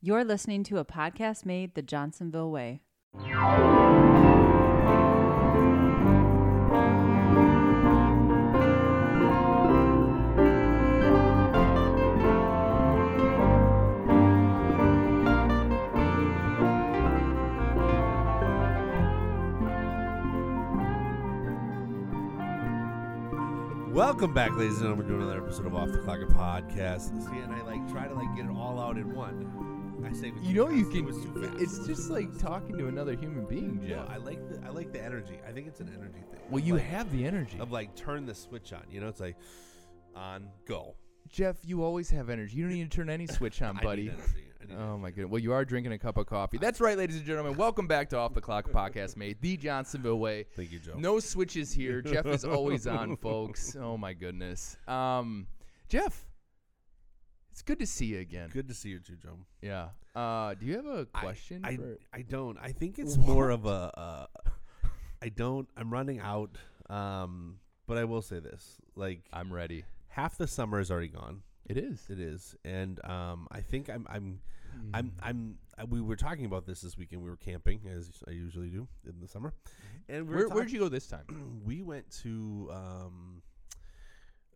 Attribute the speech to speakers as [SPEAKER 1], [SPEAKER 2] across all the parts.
[SPEAKER 1] You're listening to a podcast made the Johnsonville way.
[SPEAKER 2] Welcome back, ladies and gentlemen, to another episode of Off the Clock a podcast. See, and I like try to like get it all out in one. I say, it was
[SPEAKER 3] You
[SPEAKER 2] too
[SPEAKER 3] know you
[SPEAKER 2] fast. It was too
[SPEAKER 3] can.
[SPEAKER 2] fast.
[SPEAKER 3] It's just like talking to another human being,
[SPEAKER 2] Yeah,
[SPEAKER 3] Jeff.
[SPEAKER 2] I like the I like the energy. I think it's an energy thing.
[SPEAKER 3] Well,
[SPEAKER 2] Of,
[SPEAKER 3] you
[SPEAKER 2] like,
[SPEAKER 3] have the energy,
[SPEAKER 2] of like turn the switch on. You know, it's like on go.
[SPEAKER 3] Jeff. You always have energy. You don't need to turn any switch on,
[SPEAKER 2] I need
[SPEAKER 3] buddy.
[SPEAKER 2] energy. I need
[SPEAKER 3] Oh my goodness. Well, you are drinking a cup of coffee. That's right, ladies and gentlemen. Welcome back to Off the Clock Podcast, made the Johnsonville way.
[SPEAKER 2] Thank you, Joe.
[SPEAKER 3] No switches here. Jeff is always on, folks. Oh my goodness. Um, Jeff, it's good to see you again.
[SPEAKER 2] Good to see you, too, Joe.
[SPEAKER 3] Yeah. Uh, do you have a
[SPEAKER 2] I-
[SPEAKER 3] question?
[SPEAKER 2] I,
[SPEAKER 3] for-
[SPEAKER 2] I don't. I think it's more of a. Uh, I don't. I'm running out. Um, but I will say this: like
[SPEAKER 3] I'm ready.
[SPEAKER 2] half the summer is already gone.
[SPEAKER 3] It is.
[SPEAKER 2] It is, and um, I think I'm I'm
[SPEAKER 3] Mm-hmm.
[SPEAKER 2] I'm I'm I, we were talking about this this weekend. We were camping as I usually do in the summer, and we were
[SPEAKER 3] Mm-hmm. Where, where'd you go this time?
[SPEAKER 2] talk- we went to um,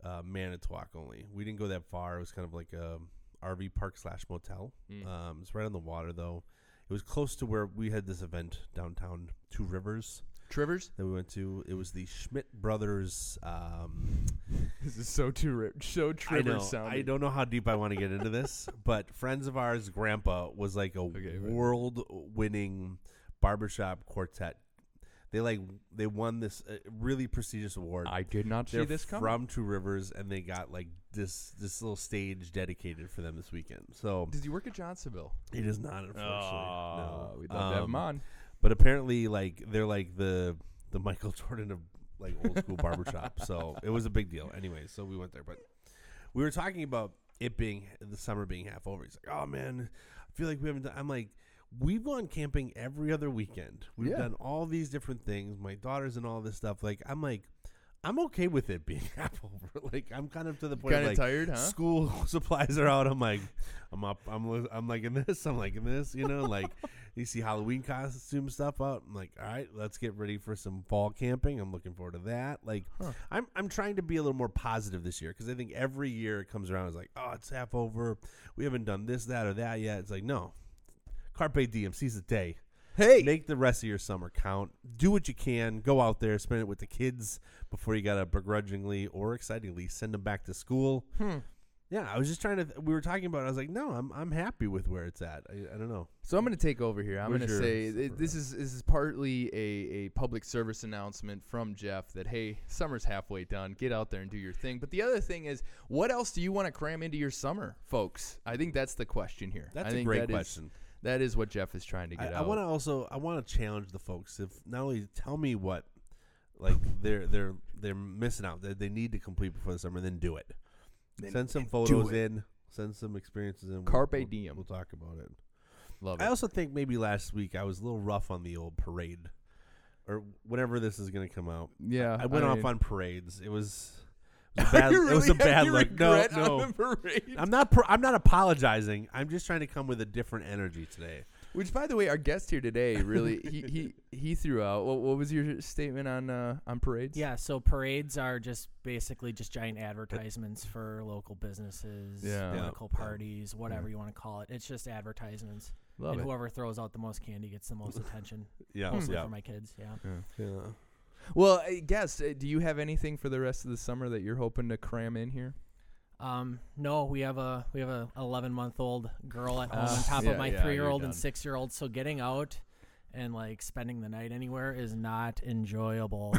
[SPEAKER 2] uh, Manitowoc only. We didn't go that far. It was kind of like a RV park slash motel.
[SPEAKER 3] Mm.
[SPEAKER 2] Um, it's right on the water though. It was close to where we had this event downtown, Two Rivers,
[SPEAKER 3] Trivers?
[SPEAKER 2] that we went to. It was the Schmidt Brothers um,
[SPEAKER 3] This is so too rich. So
[SPEAKER 2] I
[SPEAKER 3] Trevor
[SPEAKER 2] know. I
[SPEAKER 3] sounding.
[SPEAKER 2] don't know how deep I want to get into this, but friends of ours, grandpa was like a
[SPEAKER 3] Okay, right.
[SPEAKER 2] world-winning barbershop quartet. They like they won this uh, really prestigious award.
[SPEAKER 3] I did not see
[SPEAKER 2] They're
[SPEAKER 3] this coming.
[SPEAKER 2] from Two Rivers, and they got like this this little stage dedicated for them this weekend. So
[SPEAKER 3] Does he work at Johnsonville?
[SPEAKER 2] it is not unfortunately. no.
[SPEAKER 3] we'd love to have him
[SPEAKER 2] Uh, Um,
[SPEAKER 3] on.
[SPEAKER 2] But apparently, like they're like the the Michael Jordan of like old school barbershop. So it was a big deal. Anyway, so we went there, but we were talking about it being the summer being half over. He's like, "Oh man, I feel like we haven't." Done. I'm like, "We've gone camping every other weekend. We've
[SPEAKER 3] Yeah.
[SPEAKER 2] done all these different things. My daughters and all this stuff. Like, I'm like." I'm okay with it being half over. Like I'm kind of to the point. of,
[SPEAKER 3] Kind
[SPEAKER 2] like,
[SPEAKER 3] of tired, huh?
[SPEAKER 2] school supplies are out. I'm like, I'm up. I'm li- I'm liking this. I'm liking this. You know, like you see Halloween costume stuff out. I'm like, all right, let's get ready for some fall camping. I'm looking forward to that. Like, I'm I'm trying to be a little more positive this year because I think every year it comes around. It's like, oh, it's half over. We haven't done this, that, or that yet. It's like, no, carpe diem. Seize the day.
[SPEAKER 3] Hey,
[SPEAKER 2] Make the rest of your summer count. Do what you can. Go out there, spend it with the kids before you gotta begrudgingly or excitingly send them back to school.
[SPEAKER 3] Hmm.
[SPEAKER 2] Yeah, I was just trying to. we were talking about. it. I was like, no, I'm I'm happy with where it's at. I, I don't know.
[SPEAKER 3] So I'm going to take over here. I'm
[SPEAKER 2] Where's
[SPEAKER 3] going to
[SPEAKER 2] your- uh,
[SPEAKER 3] say it, this is this is partly a, a public service announcement from Jeff that hey, summer's halfway done. Get out there and do your thing. But the other thing is, what else do you want to cram into your summer, folks? I think that's the question here.
[SPEAKER 2] That's
[SPEAKER 3] I
[SPEAKER 2] a
[SPEAKER 3] think
[SPEAKER 2] great
[SPEAKER 3] that is-
[SPEAKER 2] question.
[SPEAKER 3] that is what Jeff is trying to
[SPEAKER 2] I,
[SPEAKER 3] get out.
[SPEAKER 2] I want to also. I want to challenge the folks. If not only tell me what, like they're they're they're missing out that they need to complete before the summer, then do it. send some photos
[SPEAKER 3] it.
[SPEAKER 2] in. Send some experiences in. We'll-
[SPEAKER 3] Carpe
[SPEAKER 2] we'll-
[SPEAKER 3] diem.
[SPEAKER 2] We'll talk about it.
[SPEAKER 3] Love
[SPEAKER 2] I
[SPEAKER 3] it.
[SPEAKER 2] also think maybe last week I was a little rough on the old parade, or whenever this is going to come out.
[SPEAKER 3] yeah,
[SPEAKER 2] I went off
[SPEAKER 3] mean-
[SPEAKER 2] on parades. It was, it was a bad.
[SPEAKER 3] You
[SPEAKER 2] it was a
[SPEAKER 3] really have
[SPEAKER 2] bad
[SPEAKER 3] your
[SPEAKER 2] look. No,
[SPEAKER 3] regret on
[SPEAKER 2] no.
[SPEAKER 3] the parade?
[SPEAKER 2] I'm not. Pro- I'm not apologizing. I'm just trying to come with a different energy today.
[SPEAKER 3] Which, by the way, our guest here today really he he, he threw out. What, what was your statement on uh, on parades?
[SPEAKER 4] Yeah, so parades are just basically just giant advertisements for local businesses,
[SPEAKER 3] Yeah. Yeah.
[SPEAKER 4] local parties, whatever you want to call it. It's just advertisements.
[SPEAKER 3] Love
[SPEAKER 4] and
[SPEAKER 3] it.
[SPEAKER 4] whoever throws out the most candy gets the most attention.
[SPEAKER 2] Yeah,
[SPEAKER 4] Mostly
[SPEAKER 2] yeah.
[SPEAKER 4] for my kids, yeah.
[SPEAKER 2] yeah.
[SPEAKER 3] Well, I guess. Uh, do you have anything for the rest of the summer that you're hoping to cram in here?
[SPEAKER 4] Um, no, we have a we have a 11 month old girl at home
[SPEAKER 3] Ah,
[SPEAKER 4] on top
[SPEAKER 3] yeah,
[SPEAKER 4] of my
[SPEAKER 3] yeah, you're
[SPEAKER 4] three year old and
[SPEAKER 3] done.
[SPEAKER 4] six year old. So getting out and like spending the night anywhere is not enjoyable.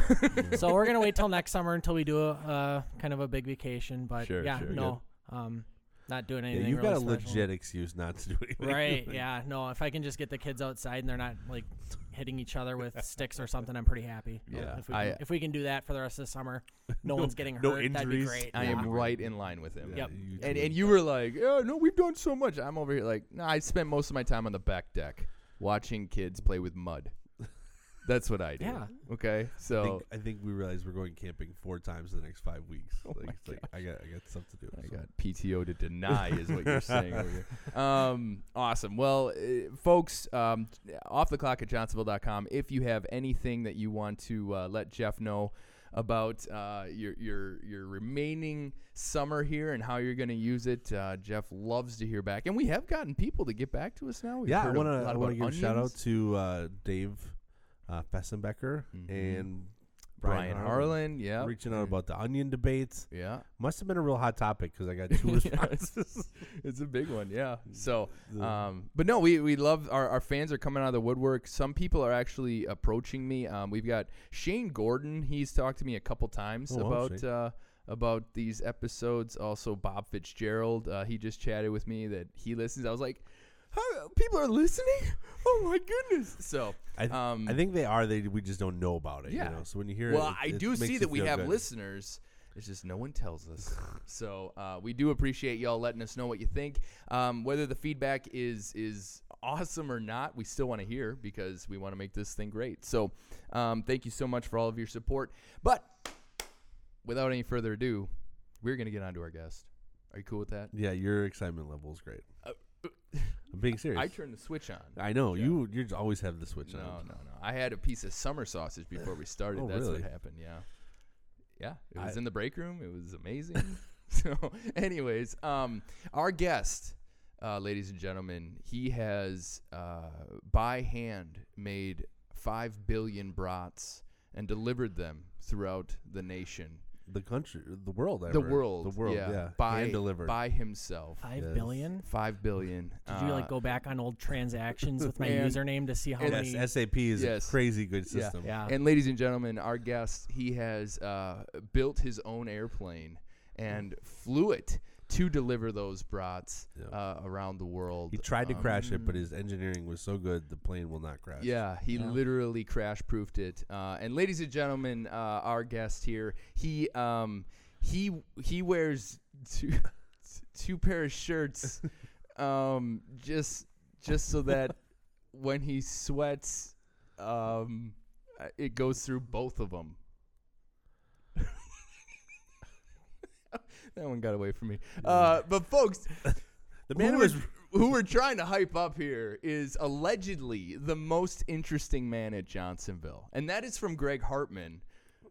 [SPEAKER 4] so we're gonna wait till next summer until we do a uh, kind of a big vacation. But
[SPEAKER 3] Sure,
[SPEAKER 4] yeah,
[SPEAKER 3] sure,
[SPEAKER 4] no, um, not doing anything.
[SPEAKER 2] you've got
[SPEAKER 4] really
[SPEAKER 2] a
[SPEAKER 4] special.
[SPEAKER 2] legit excuse not to do anything.
[SPEAKER 4] Right? Yeah. No, if I can just get the kids outside and they're not like hitting each other with sticks or something, I'm pretty happy.
[SPEAKER 3] Yeah,
[SPEAKER 4] If we,
[SPEAKER 3] I-
[SPEAKER 4] can, if we can do that for the rest of the summer, no, one's getting hurt.
[SPEAKER 2] no
[SPEAKER 4] That'd be
[SPEAKER 2] injuries.
[SPEAKER 4] great.
[SPEAKER 3] I
[SPEAKER 4] yeah.
[SPEAKER 3] am right in line with him.
[SPEAKER 2] Yeah,
[SPEAKER 4] Yep.
[SPEAKER 2] you
[SPEAKER 3] And
[SPEAKER 2] too.
[SPEAKER 3] and you were like, oh no, we've done so much. I'm over here like, nah, I spent most of my time on the back deck watching kids play with mud. That's what I do.
[SPEAKER 4] Yeah.
[SPEAKER 3] Okay. So
[SPEAKER 2] I think, I think we realize we're going camping four times in the next five weeks.
[SPEAKER 4] Oh
[SPEAKER 2] like, it's like I got I got stuff to do.
[SPEAKER 3] I
[SPEAKER 2] so.
[SPEAKER 3] got PTO to deny, is what you're saying. over here. Um, awesome. Well, uh, folks, um, off the clock at Johnsonville.com. If you have anything that you want to uh, let Jeff know about uh, your your your remaining summer here and how you're going to use it, uh, Jeff loves to hear back, and we have gotten people to get back to us now. We've
[SPEAKER 2] yeah, I
[SPEAKER 3] heard a
[SPEAKER 2] want to
[SPEAKER 3] lot
[SPEAKER 2] I want to
[SPEAKER 3] about
[SPEAKER 2] give a shout out
[SPEAKER 3] onions.
[SPEAKER 2] to uh, Dave uh, Fessenbecker
[SPEAKER 3] Mhm.
[SPEAKER 2] and
[SPEAKER 3] Brian Harlan. Mm. Yeah,
[SPEAKER 2] reaching out about the onion debates.
[SPEAKER 3] yeah.
[SPEAKER 2] Must have been a real hot topic because I got two
[SPEAKER 3] Yeah,
[SPEAKER 2] responses.
[SPEAKER 3] It's a big one, yeah. So,
[SPEAKER 2] The-
[SPEAKER 3] um, but no, we, we love our, our fans are coming out of the woodwork. Some people are actually approaching me. Um, we've got Shane Gordon. He's talked to me a couple times
[SPEAKER 2] Oh, wow,
[SPEAKER 3] about
[SPEAKER 2] Shane.
[SPEAKER 3] uh, about these episodes. Also, Bob Fitzgerald. Uh, he just chatted with me that he listens. I was like, "Huh, people are listening. Oh my goodness! So,
[SPEAKER 2] I, th-
[SPEAKER 3] um,
[SPEAKER 2] I think they are. They we just don't know about it.
[SPEAKER 3] Yeah.
[SPEAKER 2] You know? So when you hear,
[SPEAKER 3] well,
[SPEAKER 2] it,
[SPEAKER 3] I
[SPEAKER 2] it
[SPEAKER 3] do
[SPEAKER 2] makes
[SPEAKER 3] see
[SPEAKER 2] you
[SPEAKER 3] that we
[SPEAKER 2] feel
[SPEAKER 3] have
[SPEAKER 2] good.
[SPEAKER 3] listeners. It's just no one tells us. so uh, we do appreciate y'all letting us know what you think. Um, whether the feedback is is awesome or not, we still want to hear because we want to make this thing great. So um, thank you so much for all of your support. But without any further ado, we're gonna get on to our guest. Are you cool with that?
[SPEAKER 2] Yeah, your excitement level is great.
[SPEAKER 3] Uh,
[SPEAKER 2] I'm being serious.
[SPEAKER 3] I
[SPEAKER 2] I,
[SPEAKER 3] turned the switch on.
[SPEAKER 2] know you. You j- always have the switch
[SPEAKER 3] No, no,
[SPEAKER 2] on.
[SPEAKER 3] no. I had a piece of summer sausage before we started.
[SPEAKER 2] Oh,
[SPEAKER 3] That's
[SPEAKER 2] really?
[SPEAKER 3] what happened. Yeah. Yeah. It
[SPEAKER 2] I-
[SPEAKER 3] was in the break room. It was amazing. so, anyways, um, our guest, uh, ladies and gentlemen, he has uh, by hand made 5 billion brats and delivered them throughout the nation.
[SPEAKER 2] The country, the world, I
[SPEAKER 3] the
[SPEAKER 2] read.
[SPEAKER 3] world.
[SPEAKER 2] the world. Yeah,
[SPEAKER 3] By,
[SPEAKER 2] Hand delivered.
[SPEAKER 3] by himself.
[SPEAKER 4] Five
[SPEAKER 2] Yes.
[SPEAKER 4] billion?
[SPEAKER 3] 5 billion.
[SPEAKER 4] Did you like
[SPEAKER 3] Uh,
[SPEAKER 4] go back on old transactions with my
[SPEAKER 3] And-
[SPEAKER 4] username to see how
[SPEAKER 3] and-
[SPEAKER 4] many?
[SPEAKER 2] yes, SAP is
[SPEAKER 3] Yes.
[SPEAKER 2] a crazy good
[SPEAKER 3] Yeah.
[SPEAKER 2] system.
[SPEAKER 4] yeah.
[SPEAKER 3] And ladies and gentlemen, our guest, he has uh, built his own airplane and flew it to deliver those brats
[SPEAKER 2] Yeah.
[SPEAKER 3] uh, around the world.
[SPEAKER 2] He tried to
[SPEAKER 3] Um,
[SPEAKER 2] crash it, but his engineering was so good, the plane will not crash.
[SPEAKER 3] Yeah, he
[SPEAKER 4] Yeah.
[SPEAKER 3] literally crash proofed it. Uh, and ladies and gentlemen, uh, our guest here, he um, he he wears two two pair of shirts, um, just just so that when he sweats, um, uh, it goes through both of them. that one got away from me. Uh, but folks,
[SPEAKER 2] The
[SPEAKER 3] who
[SPEAKER 2] man
[SPEAKER 3] we're,
[SPEAKER 2] was
[SPEAKER 3] who we're trying to hype up here is allegedly the most interesting man at Johnsonville, and that is from Greg Hartman,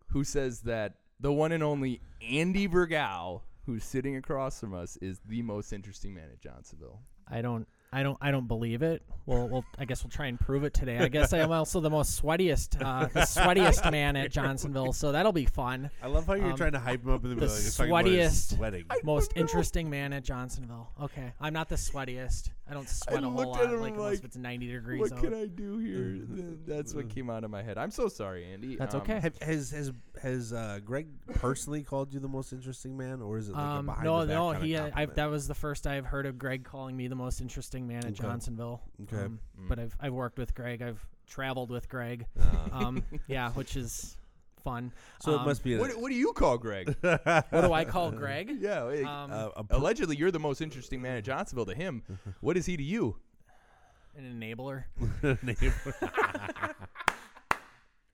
[SPEAKER 3] who says that the one and only Andy Bergow, who's sitting across from us, is the most interesting man at Johnsonville.
[SPEAKER 4] I don't I don't I don't believe it. Well, well, I guess we'll try and prove it today. I guess I am also the most sweatiest uh, the sweatiest man at Johnsonville, so that'll be fun.
[SPEAKER 2] I love how you're
[SPEAKER 4] Um,
[SPEAKER 2] trying to hype him up in the,
[SPEAKER 4] the
[SPEAKER 2] middle, like, it's talking about his
[SPEAKER 4] sweatiest-
[SPEAKER 2] sweating.
[SPEAKER 4] Most interesting man at Johnsonville. Okay, I'm not the sweatiest. I don't sweat a whole
[SPEAKER 3] looked at
[SPEAKER 4] lot
[SPEAKER 3] him
[SPEAKER 4] like unless
[SPEAKER 3] like,
[SPEAKER 4] it's 90 degrees
[SPEAKER 3] What
[SPEAKER 4] out.
[SPEAKER 3] can I do here? Th- That's what came out of my head. I'm so sorry, Andy.
[SPEAKER 4] That's
[SPEAKER 3] Um,
[SPEAKER 4] okay.
[SPEAKER 2] Have, has has has uh, Greg personally called you the most interesting man, or is it like a
[SPEAKER 4] Um,
[SPEAKER 2] behind
[SPEAKER 4] no,
[SPEAKER 2] the back
[SPEAKER 4] no,
[SPEAKER 2] kinda
[SPEAKER 4] he. I, I've,
[SPEAKER 2] compliment?
[SPEAKER 4] that was the first I've heard of Greg calling me the most interesting man at
[SPEAKER 2] Okay.
[SPEAKER 4] Johnsonville.
[SPEAKER 2] Okay.
[SPEAKER 4] Um, But I've I've worked with Greg. I've traveled with Greg.
[SPEAKER 2] Uh,
[SPEAKER 4] Um, yeah, which is fun.
[SPEAKER 2] so it
[SPEAKER 4] um,
[SPEAKER 2] must be a,
[SPEAKER 3] What, what do you call Greg?
[SPEAKER 4] What do I call Greg?
[SPEAKER 3] yeah. uh, like,
[SPEAKER 4] Um,
[SPEAKER 2] a- a per-
[SPEAKER 3] allegedly, you're the most interesting man at Johnsonville to him. What is he to you?
[SPEAKER 4] an enabler.
[SPEAKER 2] name.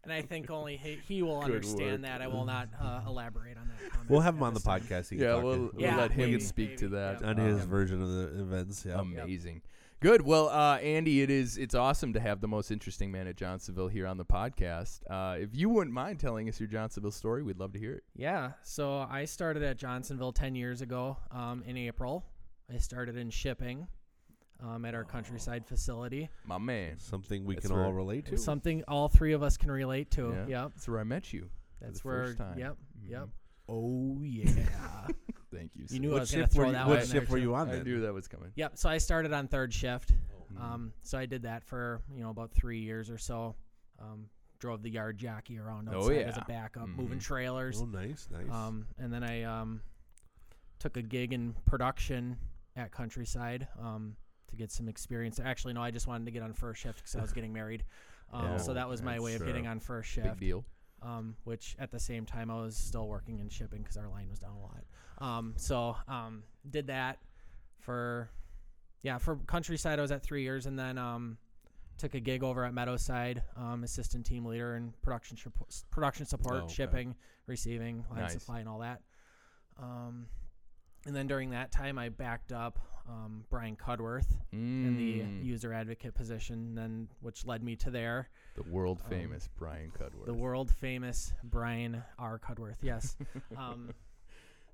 [SPEAKER 4] And I think only he, he will
[SPEAKER 3] Good
[SPEAKER 4] understand
[SPEAKER 3] work.
[SPEAKER 4] that. I will not uh, elaborate on that. Comment
[SPEAKER 2] We'll have him
[SPEAKER 4] at
[SPEAKER 2] on the
[SPEAKER 4] this time.
[SPEAKER 2] podcast. He can
[SPEAKER 3] Yeah,
[SPEAKER 2] talk to-
[SPEAKER 3] we'll, we'll
[SPEAKER 4] Yeah,
[SPEAKER 3] let him
[SPEAKER 4] maybe,
[SPEAKER 3] speak to
[SPEAKER 4] maybe,
[SPEAKER 3] that.
[SPEAKER 4] yeah.
[SPEAKER 2] on his
[SPEAKER 3] Um,
[SPEAKER 2] version of the events. Yeah,
[SPEAKER 3] Amazing. Good. Well, uh, Andy, it is it's awesome to have the most interesting man at Johnsonville here on the podcast. Uh, if you wouldn't mind telling us your Johnsonville story, we'd love to hear it.
[SPEAKER 4] Yeah. So I started at Johnsonville 10 years ago um, in April. I started in shipping um, at our countryside facility.
[SPEAKER 3] My man.
[SPEAKER 2] something we
[SPEAKER 3] That's
[SPEAKER 2] can all
[SPEAKER 3] where-
[SPEAKER 2] relate to.
[SPEAKER 4] Something all three of us can relate to.
[SPEAKER 3] Yeah.
[SPEAKER 4] Yep.
[SPEAKER 3] That's where I met you. for
[SPEAKER 4] That's
[SPEAKER 3] the
[SPEAKER 4] where.
[SPEAKER 3] first time.
[SPEAKER 4] Yep.
[SPEAKER 3] Mhm.
[SPEAKER 4] Yep. Oh, yeah.
[SPEAKER 3] Thank you.
[SPEAKER 4] you
[SPEAKER 3] sir.
[SPEAKER 4] knew I
[SPEAKER 2] What
[SPEAKER 4] was going to
[SPEAKER 2] shift were
[SPEAKER 4] throw
[SPEAKER 2] you,
[SPEAKER 4] that
[SPEAKER 2] what
[SPEAKER 4] one in there,
[SPEAKER 2] shift were
[SPEAKER 4] too.
[SPEAKER 2] you on
[SPEAKER 3] I
[SPEAKER 2] then?
[SPEAKER 3] knew that was coming.
[SPEAKER 4] Yep. So I started on third shift.
[SPEAKER 3] Mm.
[SPEAKER 4] Um, so I did that for you know about three years or so. Um, drove the yard jockey around outside
[SPEAKER 3] Oh,
[SPEAKER 4] as
[SPEAKER 3] yeah.
[SPEAKER 4] a backup, moving
[SPEAKER 3] Mhm.
[SPEAKER 4] trailers.
[SPEAKER 2] Oh, nice, nice.
[SPEAKER 4] Um, and then I um, took a gig in production at Countryside um, to get some experience. Actually, no, I just wanted to get on first shift because I was getting married. Um,
[SPEAKER 3] Yeah.
[SPEAKER 4] so that was my way of
[SPEAKER 2] Oh, That's,
[SPEAKER 4] getting
[SPEAKER 2] uh,
[SPEAKER 4] on first
[SPEAKER 3] Big
[SPEAKER 4] shift.
[SPEAKER 3] deal.
[SPEAKER 4] Um, which at the same time I was still working in shipping because our line was down a lot. Um, so um, did that for yeah for Countryside I was at three years and then um, took a gig over at Meadowside, um, assistant team leader in production support, production support,
[SPEAKER 2] Oh, okay.
[SPEAKER 4] shipping, receiving, line
[SPEAKER 3] Nice.
[SPEAKER 4] supply, and all that. Um, and then during that time, I backed up um, Brian Cudworth
[SPEAKER 3] Mm,
[SPEAKER 4] in the uh, user advocate position, then which led me to there.
[SPEAKER 3] the world famous Brian Cudworth.
[SPEAKER 4] um, The world famous Brian R. Cudworth. Yes. Um,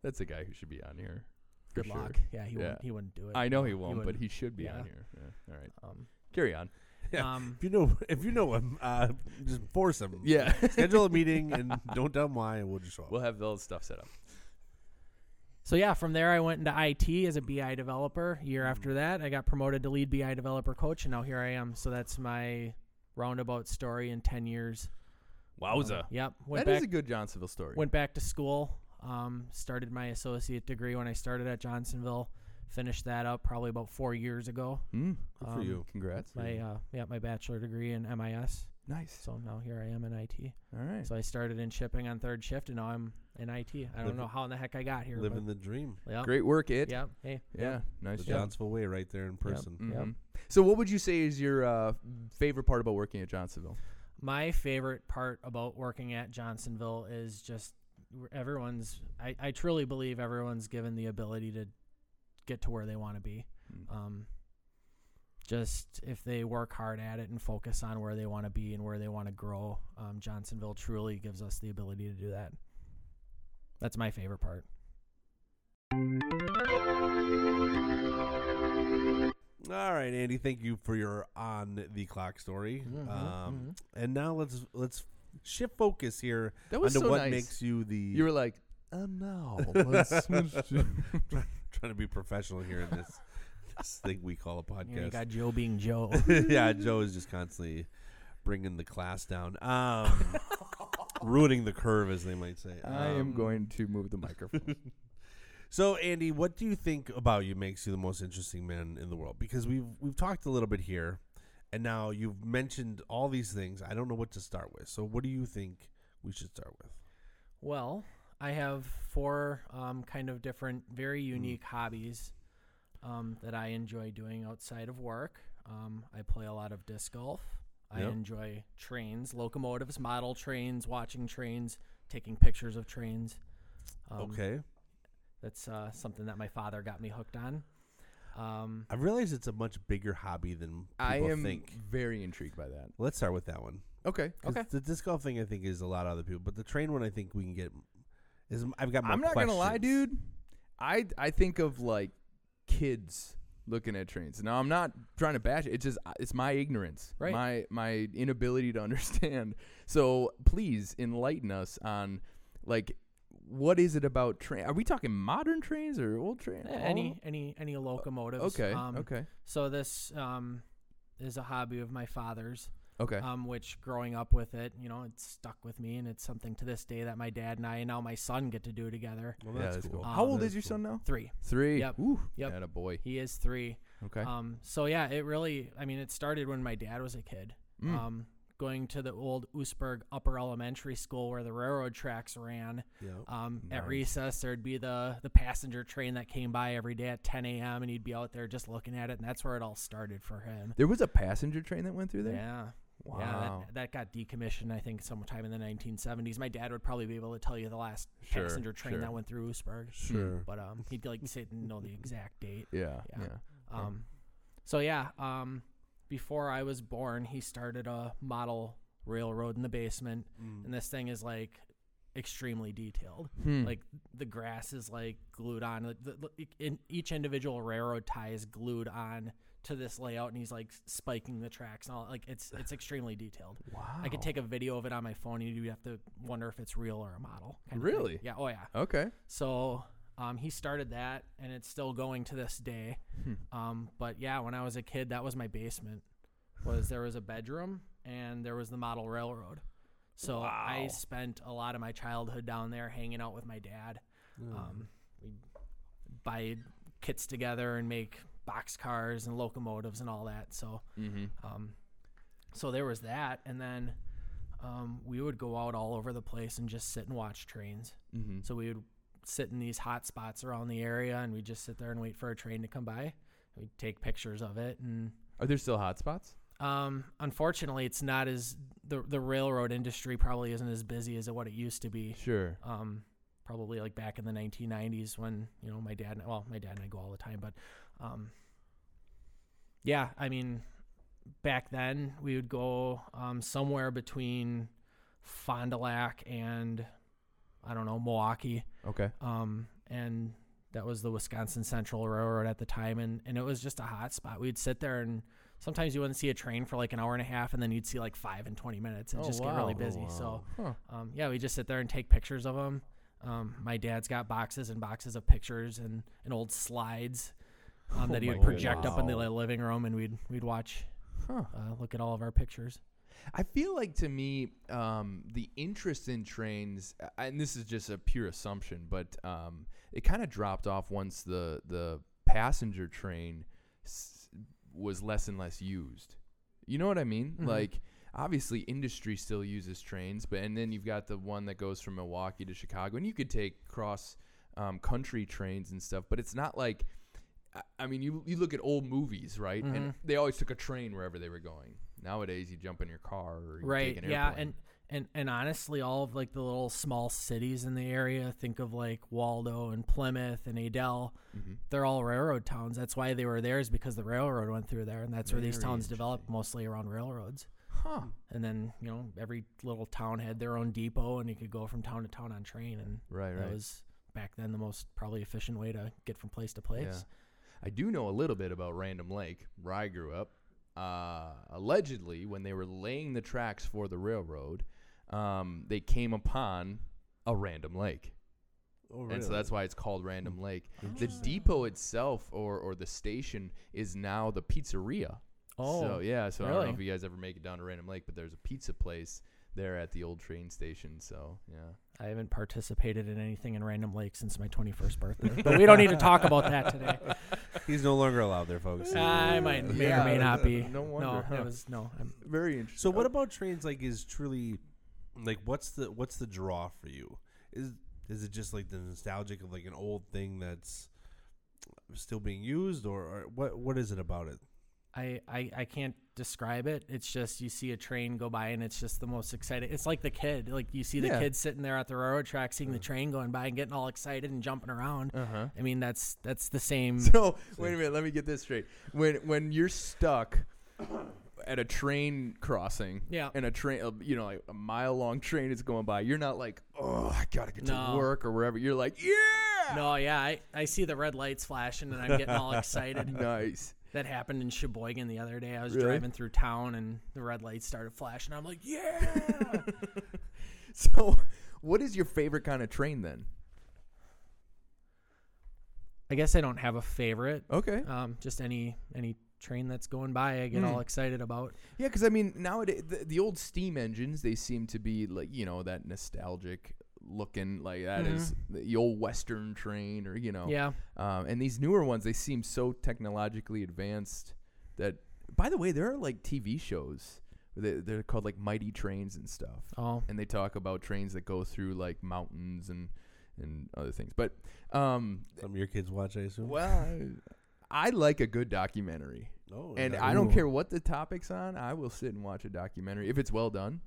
[SPEAKER 3] That's a guy who should be on here. for
[SPEAKER 4] good
[SPEAKER 3] sure.
[SPEAKER 4] luck. Yeah, he
[SPEAKER 3] Yeah.
[SPEAKER 4] Wouldn't, he wouldn't do it.
[SPEAKER 3] I know he won't, but
[SPEAKER 4] wouldn't.
[SPEAKER 3] he should be on
[SPEAKER 4] Yeah.
[SPEAKER 3] here. Yeah. All right,
[SPEAKER 4] Um,
[SPEAKER 3] carry on.
[SPEAKER 2] Yeah.
[SPEAKER 4] um,
[SPEAKER 2] If you know, if you know him, uh, just force him.
[SPEAKER 3] Yeah,
[SPEAKER 2] Schedule a meeting and don't tell him why, and we'll just show up.
[SPEAKER 3] we'll have all the stuff set up.
[SPEAKER 4] so yeah, from there I went into IT as a BI developer. Year
[SPEAKER 3] Mm-hmm.
[SPEAKER 4] after that, I got promoted to lead BI developer coach, and now here I am. So that's my roundabout story in ten years. Um,
[SPEAKER 3] Wowza,
[SPEAKER 4] yep. Went
[SPEAKER 3] that is
[SPEAKER 4] back
[SPEAKER 3] a good Johnsonville story.
[SPEAKER 4] went back to school. Um, started my associate degree when I started at Johnsonville. Finished that up probably about four years ago.
[SPEAKER 3] Mm,
[SPEAKER 2] Good for
[SPEAKER 4] um,
[SPEAKER 2] you.
[SPEAKER 3] congrats,
[SPEAKER 4] My uh, yeah, my bachelor degree in MIS.
[SPEAKER 3] nice.
[SPEAKER 4] So now here I am in IT.
[SPEAKER 3] All right,
[SPEAKER 4] So I started in shipping on third shift, and now I'm in IT. I don't
[SPEAKER 2] Liv-
[SPEAKER 4] know how in the heck I got here.
[SPEAKER 2] Living the dream.
[SPEAKER 4] but, yeah,
[SPEAKER 3] great work, it.
[SPEAKER 4] Yeah. Hey.
[SPEAKER 3] Yeah, nice
[SPEAKER 2] The
[SPEAKER 3] job.
[SPEAKER 2] Johnsonville way, right there in person.
[SPEAKER 4] Yep.
[SPEAKER 3] Mhm. So, what would you say is your uh, favorite part about working at Johnsonville?
[SPEAKER 4] My favorite part about working at Johnsonville is just r- everyone's. I, I truly believe everyone's given the ability to get to where they want to be.
[SPEAKER 3] Mm.
[SPEAKER 4] Um, just if they work hard at it and focus on where they want to be and where they want to grow, um, Johnsonville truly gives us the ability to do that. That's my favorite part.
[SPEAKER 2] All right, Andy. Thank you for your on the clock story.
[SPEAKER 3] Mm-hmm,
[SPEAKER 4] Mhm,
[SPEAKER 2] um, And now let's let's shift focus here
[SPEAKER 3] That
[SPEAKER 2] onto
[SPEAKER 3] was so
[SPEAKER 2] what
[SPEAKER 3] nice.
[SPEAKER 2] makes you the.
[SPEAKER 3] you were like, uh, no. let's switch to-"
[SPEAKER 2] trying to be professional here in this this thing we call a
[SPEAKER 4] You, know, you
[SPEAKER 2] podcast.
[SPEAKER 4] got Joe being Joe.
[SPEAKER 2] yeah, Joe is just constantly bringing the class down, um, ruining the curve, as they might say.
[SPEAKER 3] I am
[SPEAKER 2] Um,
[SPEAKER 3] going to move the microphone.
[SPEAKER 2] So, Andy, what do you think about you makes you the most interesting man in the world? Because we've we've talked a little bit here, and now you've mentioned all these things. I don't know what to start with. So, what do you think we should start with?
[SPEAKER 4] Well, I have four um, kind of different, very unique hobbies um, that I enjoy doing outside of work. Um, I play a lot of disc golf. I
[SPEAKER 2] Yep.
[SPEAKER 4] enjoy trains, locomotives, model trains, watching trains, taking pictures of trains. Um,
[SPEAKER 2] okay,
[SPEAKER 4] That's uh, something that my father got me hooked on. Um,
[SPEAKER 2] I realize it's a much bigger hobby than people
[SPEAKER 3] I am
[SPEAKER 2] think.
[SPEAKER 3] very intrigued by that.
[SPEAKER 2] Let's start with that one.
[SPEAKER 3] Okay.
[SPEAKER 2] 'Cause
[SPEAKER 4] Okay.
[SPEAKER 2] The disc golf thing, I think, is a lot of other people, but the train one, I think we can get. Is I've got. More
[SPEAKER 3] I'm not gonna lie,
[SPEAKER 2] questions.
[SPEAKER 3] dude. I I think of like kids looking at trains. Now I'm not trying to bash it. It's just uh, it's my ignorance,
[SPEAKER 4] Right.
[SPEAKER 3] My my inability to understand. So please enlighten us on like what is it about train? Are we talking modern trains or old trains?
[SPEAKER 4] eh, any, any, any locomotives?
[SPEAKER 3] Okay.
[SPEAKER 4] Um,
[SPEAKER 3] okay.
[SPEAKER 4] So this um, is a hobby of my father's.
[SPEAKER 3] Okay.
[SPEAKER 4] um, which growing up with it, you know, it stuck with me, and it's something to this day that my dad and I and now my son get to do together.
[SPEAKER 2] Well,
[SPEAKER 3] yeah,
[SPEAKER 2] that's
[SPEAKER 3] that's cool.
[SPEAKER 2] cool.
[SPEAKER 4] Um,
[SPEAKER 3] How old
[SPEAKER 2] that
[SPEAKER 3] is
[SPEAKER 2] is
[SPEAKER 3] your
[SPEAKER 2] cool.
[SPEAKER 3] son now?
[SPEAKER 4] Three,
[SPEAKER 3] Three.
[SPEAKER 4] Yep.
[SPEAKER 3] Ooh.
[SPEAKER 4] Yep.
[SPEAKER 3] a boy.
[SPEAKER 4] he is three.
[SPEAKER 3] Okay.
[SPEAKER 4] Um, so yeah, it really, I mean, it started when my dad was a kid.
[SPEAKER 3] Mm.
[SPEAKER 4] Um, going to the old Oosburg Upper Elementary School where the railroad tracks ran.
[SPEAKER 2] Yeah.
[SPEAKER 3] Uh,
[SPEAKER 4] Um,
[SPEAKER 3] Nice.
[SPEAKER 4] At recess, there'd be the the passenger train that came by every day at 10 a.m. and he'd be out there just looking at it, and that's where it all started for him.
[SPEAKER 3] there was a passenger train that went through there.
[SPEAKER 4] Yeah.
[SPEAKER 3] Wow.
[SPEAKER 4] Yeah, that, that got decommissioned, I think, sometime in the 1970s. My dad would probably be able to tell you the last
[SPEAKER 3] Sure,
[SPEAKER 4] passenger train
[SPEAKER 3] sure.
[SPEAKER 4] that went through Oosburg,
[SPEAKER 2] Sure.
[SPEAKER 4] but um, he'd like say know the exact date.
[SPEAKER 3] yeah.
[SPEAKER 4] Yeah.
[SPEAKER 3] Yeah. Okay.
[SPEAKER 4] Um, so yeah, um, before I was born, he started a model railroad in the basement,
[SPEAKER 2] Mm.
[SPEAKER 4] and this thing is like extremely detailed.
[SPEAKER 3] Hmm.
[SPEAKER 4] Like the grass is like glued on. like, The, the, in each individual railroad tie is glued on to this layout, and he's like spiking the tracks and all. Like it's it's extremely detailed.
[SPEAKER 3] wow.
[SPEAKER 4] I could take a video of it on my phone, and you'd have to wonder if it's real or a model. kind of thing.
[SPEAKER 3] Really?
[SPEAKER 4] Yeah. Oh yeah.
[SPEAKER 3] Okay.
[SPEAKER 4] So um, he started that, and it's still going to this day.
[SPEAKER 3] Hmm.
[SPEAKER 4] Um, but yeah, when I was a kid, that was my basement. Was there was a bedroom, and there was the model railroad. So
[SPEAKER 3] Wow.
[SPEAKER 4] I spent a lot of my childhood down there, hanging out with my dad.
[SPEAKER 3] Mm.
[SPEAKER 4] Um, we buy kits together and make box cars and locomotives and all that. So
[SPEAKER 3] Mm-hmm.
[SPEAKER 4] um, so there was that, and then um, we would go out all over the place and just sit and watch trains.
[SPEAKER 3] Mm-hmm.
[SPEAKER 4] So we would sit in these hot spots around the area, and we'd just sit there and wait for a train to come by. We'd take pictures of it, and
[SPEAKER 3] Are there still hot spots?
[SPEAKER 4] Um, unfortunately, it's not as the the railroad industry probably isn't as busy as what it used to be.
[SPEAKER 3] Sure.
[SPEAKER 4] Um, probably like back in the 1990s when you know my dad and well my dad and I go all the time, but um, yeah, I mean back then we would go um, somewhere between Fond du Lac and I don't know Milwaukee
[SPEAKER 3] Okay.
[SPEAKER 4] um, and that was the Wisconsin Central Railroad at the time, and, and it was just a hot spot. We'd sit there, and sometimes you wouldn't see a train for like an hour and a half, and then you'd see like five and twenty minutes, and
[SPEAKER 3] Oh,
[SPEAKER 4] just get really
[SPEAKER 3] wow. Oh,
[SPEAKER 4] busy. So,
[SPEAKER 2] wow.
[SPEAKER 3] Huh.
[SPEAKER 4] um, yeah, we just sit there and take pictures of them. Um, my dad's got boxes and boxes of pictures and, and old slides um,
[SPEAKER 3] Oh
[SPEAKER 4] that he
[SPEAKER 3] my
[SPEAKER 4] would project up in the
[SPEAKER 2] goodness.
[SPEAKER 4] li- living room, and we'd we'd watch,
[SPEAKER 3] Huh.
[SPEAKER 4] uh, look at all of our pictures.
[SPEAKER 3] I feel like to me, um, the interest in trains, uh, and this is just a pure assumption, but um, it kind of dropped off once the the passenger train s- was less and less used. You know what I mean?
[SPEAKER 4] Mhm.
[SPEAKER 3] Like obviously industry still uses trains, but and then you've got the one that goes from Milwaukee to Chicago, and you could take cross um, country trains and stuff, but it's not like. I- I mean, you you look at old movies, right? And
[SPEAKER 4] Mhm.
[SPEAKER 3] they always took a train wherever they were going. Nowadays, you jump in your car or you
[SPEAKER 4] right
[SPEAKER 3] take an
[SPEAKER 4] yeah
[SPEAKER 3] airplane.
[SPEAKER 4] and and and honestly all of like the little small cities in the area think of like waldo and plymouth and adel
[SPEAKER 3] Mhm.
[SPEAKER 4] they're all railroad towns that's why they were there is because the railroad went through there and that's where these
[SPEAKER 3] Very
[SPEAKER 4] towns developed mostly around railroads
[SPEAKER 3] huh?
[SPEAKER 4] and then you know every little town had their own depot and you could go from town to town on train and
[SPEAKER 3] Right,
[SPEAKER 4] that
[SPEAKER 3] right.
[SPEAKER 4] was back then the most probably efficient way to get from place to place
[SPEAKER 3] Yeah. I do know a little bit about Random Lake, where I grew up. Uh, allegedly, when they were laying the tracks for the railroad, um, they came upon a random lake,
[SPEAKER 2] Oh,
[SPEAKER 3] and so
[SPEAKER 2] really?
[SPEAKER 3] that's why it's called Random Lake. The
[SPEAKER 2] Interesting.
[SPEAKER 3] depot itself, or or the station, is now the pizzeria.
[SPEAKER 4] oh
[SPEAKER 3] so, yeah. So I don't know
[SPEAKER 4] really?
[SPEAKER 3] if you guys ever make it down to Random Lake, but there's a pizza place there at the old train station. So yeah,
[SPEAKER 4] I haven't participated in anything in Random Lake since my 21st birthday. But we don't need to talk about that today.
[SPEAKER 2] He's no longer allowed there, folks.
[SPEAKER 4] I might may or may
[SPEAKER 3] Yeah,
[SPEAKER 4] not be.
[SPEAKER 3] no wonder,
[SPEAKER 4] No,
[SPEAKER 3] huh?
[SPEAKER 4] it was no. I'm,
[SPEAKER 3] very interesting.
[SPEAKER 2] So what about trains? Like, is truly like what's the what's the draw for you? Is is it just like the nostalgic of like an old thing that's still being used, or, or what? What is it about it?
[SPEAKER 4] I, I I can't describe it. It's just you see a train go by and it's just the most exciting. It's like the kid. Like you see the
[SPEAKER 3] Yeah.
[SPEAKER 4] kid sitting there at the railroad track, seeing the train going by and getting all excited and jumping around.
[SPEAKER 3] Uh huh.
[SPEAKER 4] I mean, that's that's the same.
[SPEAKER 3] So wait a minute. Let me get this straight. When when you're stuck at a train crossing,
[SPEAKER 4] Yeah.
[SPEAKER 3] and a train, uh, you know, like a mile long train is going by, you're not like, oh, I gotta get
[SPEAKER 4] No.
[SPEAKER 3] to work or wherever. You're like, yeah,
[SPEAKER 4] No, yeah, I, I see the red lights flashing and I'm getting all excited.
[SPEAKER 3] nice.
[SPEAKER 4] That happened in Sheboygan the other day. I was
[SPEAKER 3] Really?
[SPEAKER 4] driving through town and the red lights started flashing. I'm like, yeah.
[SPEAKER 3] So, what is your favorite kind of train then?
[SPEAKER 4] I guess I don't have a favorite.
[SPEAKER 3] Okay.
[SPEAKER 4] Um, just any any train that's going by, I
[SPEAKER 3] Hmm.
[SPEAKER 4] get all excited about.
[SPEAKER 3] Yeah, because I mean, nowadays the, the old steam engines they seem to be like you know that nostalgic looking like that is the old western train or you know
[SPEAKER 4] Mm-hmm. Yeah.
[SPEAKER 3] Um, and these newer ones they seem so technologically advanced that by the way there are like TV shows they, they're called like mighty trains and stuff
[SPEAKER 4] Oh,
[SPEAKER 3] and they talk about trains that go through like mountains and and other things but um
[SPEAKER 2] Some of your kids watch, I assume.
[SPEAKER 3] well I like a good documentary
[SPEAKER 2] No,
[SPEAKER 3] and
[SPEAKER 2] no.
[SPEAKER 3] I don't
[SPEAKER 2] Ooh.
[SPEAKER 3] care what the topic's on. I will sit and watch a documentary if it's well done.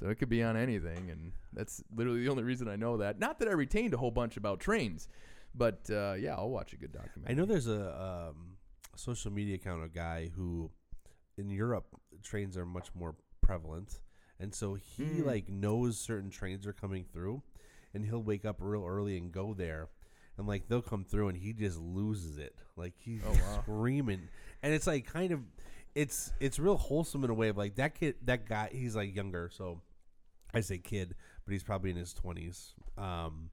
[SPEAKER 3] So it could be on anything, and that's literally the only reason I know that. Not that I retained a whole bunch about trains, but uh, yeah, I'll watch a good documentary.
[SPEAKER 2] I know there's a um, social media account, a guy who in Europe trains are much more prevalent, and so he
[SPEAKER 3] Mm.
[SPEAKER 2] like knows certain trains are coming through, and he'll wake up real early and go there, and like they'll come through, and he just loses it, like he's
[SPEAKER 3] Oh, wow.
[SPEAKER 2] screaming, and it's like kind of, it's it's real wholesome in a way of like that kid, that guy, he's like younger, so I say kid, but he's probably in his twenties. Um,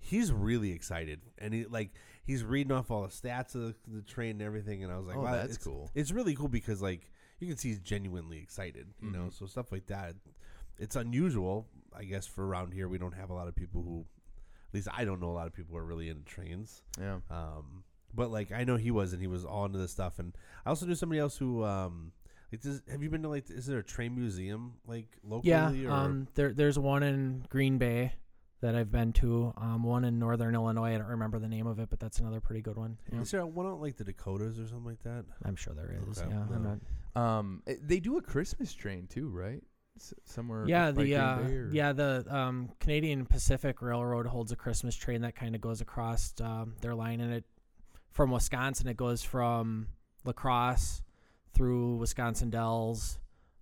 [SPEAKER 2] he's really excited, and he like he's reading off all the stats of the, the train and everything. And I was like,
[SPEAKER 3] Oh,
[SPEAKER 2] wow,
[SPEAKER 3] that's
[SPEAKER 2] it's,
[SPEAKER 3] cool.
[SPEAKER 2] It's really cool because like you can see he's genuinely excited, you know.
[SPEAKER 3] Mhm.
[SPEAKER 2] So stuff like that, it's unusual, I guess, for around here. We don't have a lot of people who, at least I don't know a lot of people who are really into trains.
[SPEAKER 3] Yeah.
[SPEAKER 2] Um, but like I know he was, and he was all into this stuff. And I also knew somebody else who, um, like, does, have you been to like, is there a train museum like locally?
[SPEAKER 4] yeah.
[SPEAKER 2] or?
[SPEAKER 4] Um, there there's one in Green Bay that I've been to. Um, one in Northern Illinois. I don't remember the name of it, but that's another pretty good one. Yeah.
[SPEAKER 2] Is there one out in, like the Dakotas or something like that?
[SPEAKER 4] I'm sure there is.
[SPEAKER 2] Okay,
[SPEAKER 4] yeah,
[SPEAKER 2] no.
[SPEAKER 4] I'm not
[SPEAKER 3] Um, eh, they do a Christmas train too, right? S- somewhere.
[SPEAKER 4] yeah,
[SPEAKER 3] up by
[SPEAKER 4] the
[SPEAKER 3] Green
[SPEAKER 4] uh,
[SPEAKER 3] Bay or-
[SPEAKER 4] yeah the um, Canadian Pacific Railroad holds a Christmas train that kind of goes across um, their line, and it from Wisconsin it goes from Lacrosse through Wisconsin Dells,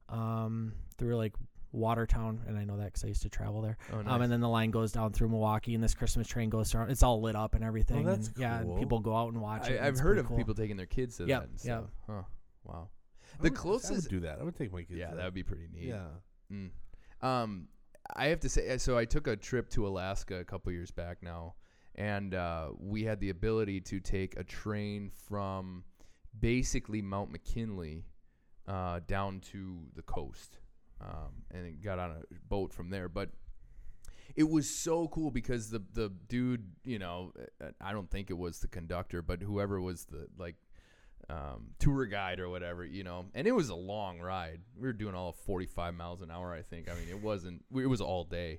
[SPEAKER 4] um, through like Watertown, and I know that because I used to travel there.
[SPEAKER 3] Oh, nice.
[SPEAKER 4] Um, and then the line goes down through Milwaukee, and this Christmas train goes around. It's all lit up and everything.
[SPEAKER 2] Oh, that's
[SPEAKER 4] and, Yeah,
[SPEAKER 2] cool.
[SPEAKER 4] people go out and watch it.
[SPEAKER 3] I,
[SPEAKER 4] and
[SPEAKER 3] I've
[SPEAKER 4] it's
[SPEAKER 3] heard
[SPEAKER 4] pretty
[SPEAKER 3] of
[SPEAKER 4] cool.
[SPEAKER 3] people taking their kids to
[SPEAKER 4] Yep,
[SPEAKER 3] that and
[SPEAKER 4] yeah.
[SPEAKER 3] stuff. Huh. Wow.
[SPEAKER 2] I
[SPEAKER 3] The
[SPEAKER 2] would- I
[SPEAKER 3] closest-
[SPEAKER 2] would do that. I would take my kids.
[SPEAKER 3] Yeah,
[SPEAKER 2] to
[SPEAKER 3] that would be pretty neat.
[SPEAKER 2] Yeah.
[SPEAKER 3] Mm. Um, I have to say, uh, so I took a trip to Alaska a couple years back now, and uh, we had the ability to take a train from basically Mount McKinley uh, down to the coast, um, and it got on a boat from there. But it was so cool because the the dude, you know, uh, I don't think it was the conductor, but whoever was the like um, tour guide or whatever, you know. And it was a long ride. We were doing all of 45 miles an hour, I think. I mean, it wasn't. It was all day.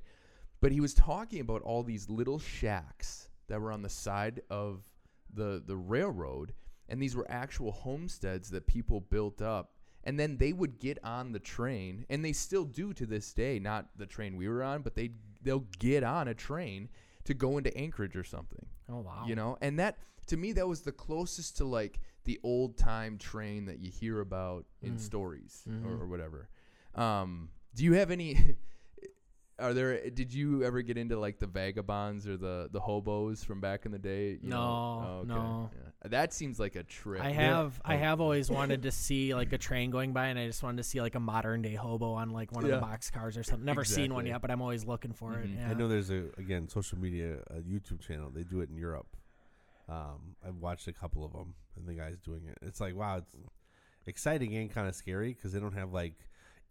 [SPEAKER 3] But he was talking about all these little shacks that were on the side of the the railroad, and these were actual homesteads that people built up. And then they would get on the train, and they still do to this day. Not the train we were on, but they they'll get on a train to go into Anchorage or something
[SPEAKER 4] Oh wow.
[SPEAKER 3] you know and that to me that was the closest to like the old time train that you hear about in stories or, or whatever um do you have any are there did you ever get into like the vagabonds or the the hobos from back in the day you know? Oh,
[SPEAKER 4] No, no.
[SPEAKER 3] yeah. that seems like a trip
[SPEAKER 4] I have I have always wanted to see like a train going by, and I just wanted to see like a modern day hobo on like one
[SPEAKER 3] Yeah.
[SPEAKER 4] of the box cars or something. Never seen one
[SPEAKER 3] Exactly.
[SPEAKER 4] yet, but I'm always looking for it. Yeah.
[SPEAKER 2] Mm-hmm. I know there's a again social media a YouTube channel. They do it in Europe. Um, I've watched a couple of them, and the guys doing it. It's like wow, it's exciting and kind of scary because they don't have like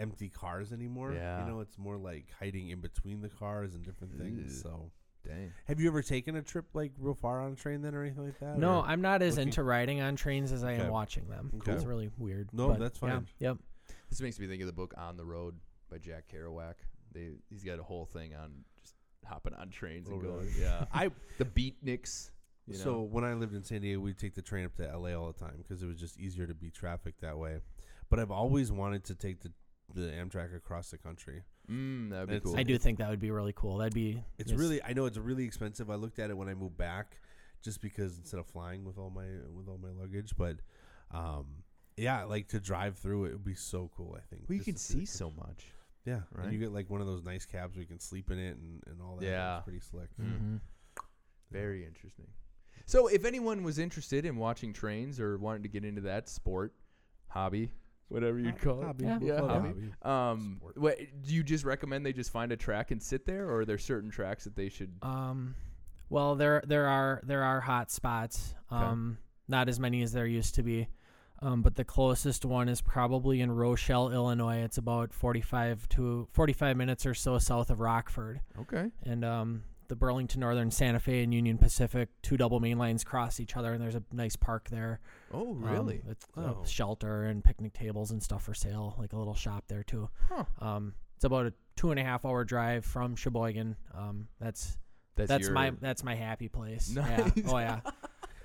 [SPEAKER 2] empty cars anymore.
[SPEAKER 3] Yeah.
[SPEAKER 2] you know, it's more like hiding in between the cars and different things.
[SPEAKER 3] Ugh.
[SPEAKER 2] So,
[SPEAKER 3] dang
[SPEAKER 2] have you ever taken a trip like real far on a train then or anything like that?
[SPEAKER 4] No,
[SPEAKER 2] or-
[SPEAKER 4] I'm not as
[SPEAKER 2] looking-
[SPEAKER 4] into riding on trains as I
[SPEAKER 2] Okay.
[SPEAKER 4] am watching them.
[SPEAKER 2] Cool.
[SPEAKER 4] It's really weird.
[SPEAKER 2] No,
[SPEAKER 4] but
[SPEAKER 2] that's
[SPEAKER 4] yeah,
[SPEAKER 2] fine.
[SPEAKER 4] yep.
[SPEAKER 3] this makes me think of the book on the road by jack kerouac they he's got a whole thing on just hopping on trains and
[SPEAKER 2] Oh,
[SPEAKER 3] going
[SPEAKER 2] really?
[SPEAKER 3] yeah i the beatniks you know?
[SPEAKER 2] So when I lived in San Diego, we'd take the train up to LA all the time because it was just easier to beat traffic that way. But I've always wanted to take the the Amtrak across the country.
[SPEAKER 3] Mm, that'd be
[SPEAKER 2] It's-
[SPEAKER 3] cool.
[SPEAKER 4] I do think that would be really cool. That'd be
[SPEAKER 2] It's
[SPEAKER 4] just-
[SPEAKER 2] really I know it's really expensive. I looked at it when I moved back, just because instead of flying with all my with all my luggage, but um, yeah, like to drive through it would be so cool. I think
[SPEAKER 3] Well,
[SPEAKER 2] just
[SPEAKER 3] you can
[SPEAKER 2] to the
[SPEAKER 3] see
[SPEAKER 2] country.
[SPEAKER 3] so much.
[SPEAKER 2] yeah,
[SPEAKER 3] right?
[SPEAKER 2] And you get like one of those nice cabs where you can sleep in it and, and all that.
[SPEAKER 3] Yeah. Mm-hmm.
[SPEAKER 2] it's pretty slick.
[SPEAKER 4] Mhm.
[SPEAKER 3] Very interesting. So, if anyone was interested in watching trains or wanted to get into that sport, hobby, whatever you'd call it,
[SPEAKER 2] Hobby.
[SPEAKER 4] Yeah.
[SPEAKER 2] We'll
[SPEAKER 3] Yeah,
[SPEAKER 2] call it
[SPEAKER 3] hobby.
[SPEAKER 2] hobby.
[SPEAKER 3] um,
[SPEAKER 2] Sport.
[SPEAKER 3] what, do you just recommend they just find a track and sit there, or are there certain tracks that they should?
[SPEAKER 4] Um, well, there there are there are hot spots.
[SPEAKER 3] Okay.
[SPEAKER 4] Um, not as many as there used to be. Um, but the closest one is probably in Rochelle, Illinois. It's about 45 to 45 minutes or so south of Rockford.
[SPEAKER 3] Okay,
[SPEAKER 4] And um, the Burlington Northern Santa Fe and Union Pacific, two double main lines cross each other, and there's a nice park there.
[SPEAKER 3] oh
[SPEAKER 4] Um,
[SPEAKER 3] really?
[SPEAKER 4] it's
[SPEAKER 2] Oh.
[SPEAKER 4] a shelter and picnic tables and stuff for sale, like a little shop there too.
[SPEAKER 3] Huh.
[SPEAKER 4] Um, it's about a two and a half hour drive from Sheboygan. Um, that's that's
[SPEAKER 3] your-
[SPEAKER 4] my that's my happy place.
[SPEAKER 3] Nice.
[SPEAKER 4] Yeah. Oh yeah.